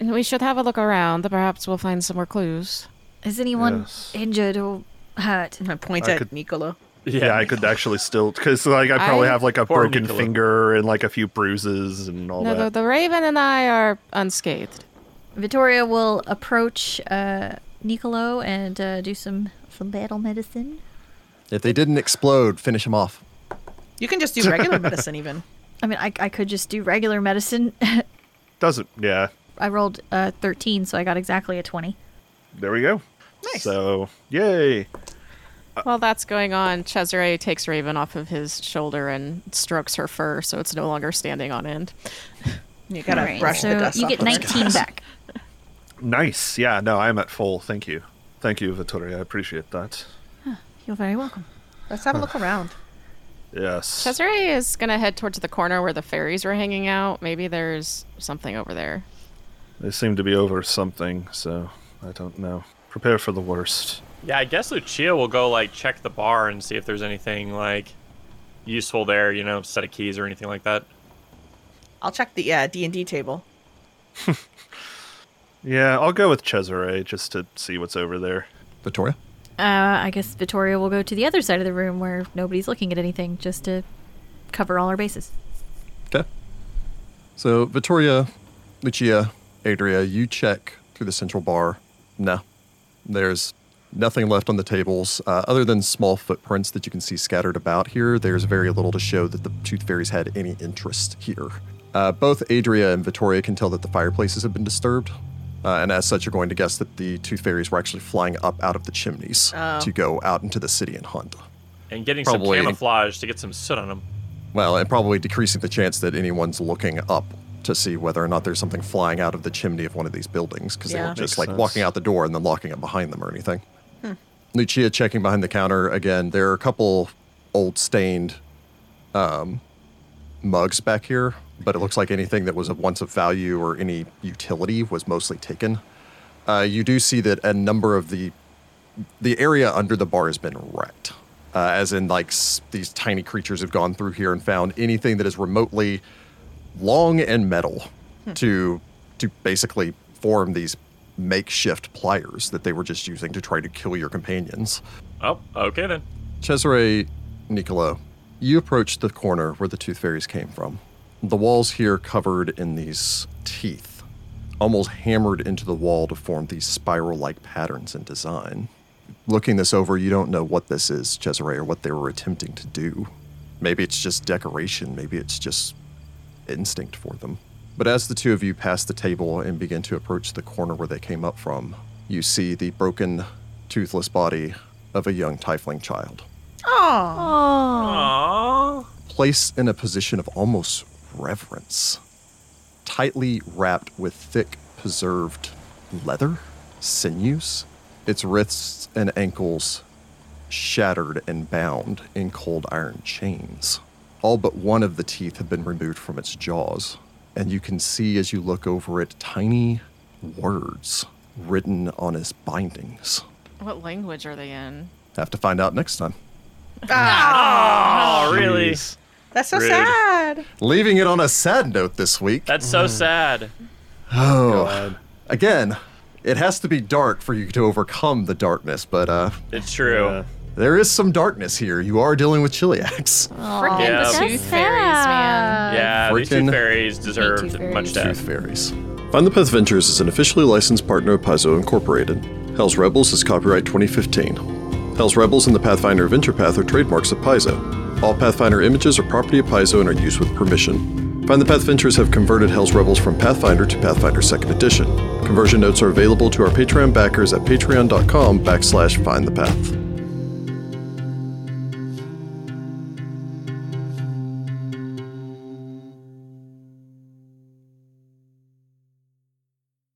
G: And we should have a look around. Perhaps we'll find some more clues.
E: Is anyone
F: Yes.
E: injured or hurt?
B: I point
F: I
B: at
F: could-
B: Nicolo.
F: yeah, I could actually still because like I probably
G: I-
F: have like a
C: Poor
F: broken
C: Nicola.
F: finger and like a few bruises and all
G: No, the,
F: that.
G: the raven and I are unscathed.
E: Vittoria will approach uh, Niccolo and uh, do some some battle medicine.
A: If they didn't explode, finish them off.
B: You can just do regular medicine, even.
E: I mean, I, I could just do regular medicine.
F: Doesn't yeah.
E: I rolled uh, 13, so I got exactly a 20.
F: There we go.
B: Nice.
F: So yay.
G: While that's going on, Cesare takes Raven off of his shoulder and strokes her fur so it's no longer standing on end.
B: You gotta
E: Alright,
B: brush the
E: so
B: dust
E: You
B: off
E: get
B: of it.
E: 19 back.
F: Nice. Yeah, no, I'm at full. Thank you. Thank you, Vittoria. I appreciate that.
E: You're very welcome.
B: Let's have a look around.
F: Yes.
G: Cesare is going to head towards the corner where the fairies were hanging out. Maybe there's something over there.
F: They seem to be over something, so I don't know. Prepare for the worst.
C: Yeah, I guess Lucia will go like check the bar and see if there's anything like useful there, you know, set of keys or anything like that.
B: I'll check the uh, D&D table.
F: Yeah, I'll go with Cesare just to see what's over there.
A: Victoria?
E: Uh, I guess Vittoria will go to the other side of the room where nobody's looking at anything just to cover all our bases.
A: Okay. So, Vittoria, Lucia, Adria, you check through the central bar. No, there's nothing left on the tables uh, other than small footprints that you can see scattered about here. There's very little to show that the Tooth Fairies had any interest here. Uh, both Adria and Vittoria can tell that the fireplaces have been disturbed. Uh, and as such, you're going to guess that the Tooth Fairies were actually flying up out of the chimneys to go out into the city and hunt.
C: And getting
A: Probably.
C: some camouflage to get some soot on them.
A: Well, and probably decreasing the chance that anyone's looking up to see whether or not there's something flying out of the chimney of one of these buildings because they
B: Yeah.
A: were just
F: Makes
A: like
F: sense.
A: walking out the door and then locking it behind them or anything. Lucia checking behind the counter again. There are a couple old stained um, mugs back here, but it looks like anything that was of once of value or any utility was mostly taken. Uh, you do see that a number of the the area under the bar has been wrecked. Uh, as in, like, s- these tiny creatures have gone through here and found anything that is remotely long and metal to to basically form these makeshift pliers that they were just using to try to kill your companions.
C: Oh, okay then.
A: Cesare Niccolo, you approached the corner where the tooth fairies came from. The walls here covered in these teeth, almost hammered into the wall to form these spiral like patterns and design. Looking this over, you don't know what this is, Cesare, or what they were attempting to do. Maybe it's just decoration, maybe it's just instinct for them. But as the two of you pass the table and begin to approach the corner where they came up from, you see the broken, toothless body of a young tiefling child,
B: Oh,
C: Aww.
A: placed in a position of almost reverence, tightly wrapped with thick, preserved leather sinews, its wrists and ankles shattered and bound in cold iron chains. All but one of the teeth have been removed from its jaws, and you can see as you look over it tiny words written on its bindings.
G: What language are they in?
A: Have to find out next time.
C: Oh, really?
B: that's so
C: Rude.
B: sad.
A: Leaving it on a sad note this week.
C: That's so sad.
A: Oh, again, it has to be dark for you to overcome the darkness, but uh,
C: It's true.
F: Yeah.
A: there is some darkness here. You are dealing with Chiliacs.
E: Oh.
D: Freaking
C: Yeah.
D: tooth fairies, man.
C: Yeah, these
A: Freaking
C: two fairies deserved
E: tooth fairies.
C: much
A: Tooth
C: death.
A: Fairies. Find the Path Ventures is an officially licensed partner of Paizo Incorporated. Hell's Rebels is copyright 2015. Hell's Rebels and the Pathfinder Adventure Path are trademarks of Paizo. All Pathfinder images are property of Paizo and are used with permission. Find the Path Ventures have converted Hell's Rebels from Pathfinder to Pathfinder 2nd Edition. Conversion notes are available to our Patreon backers at patreon.com backslash find the path.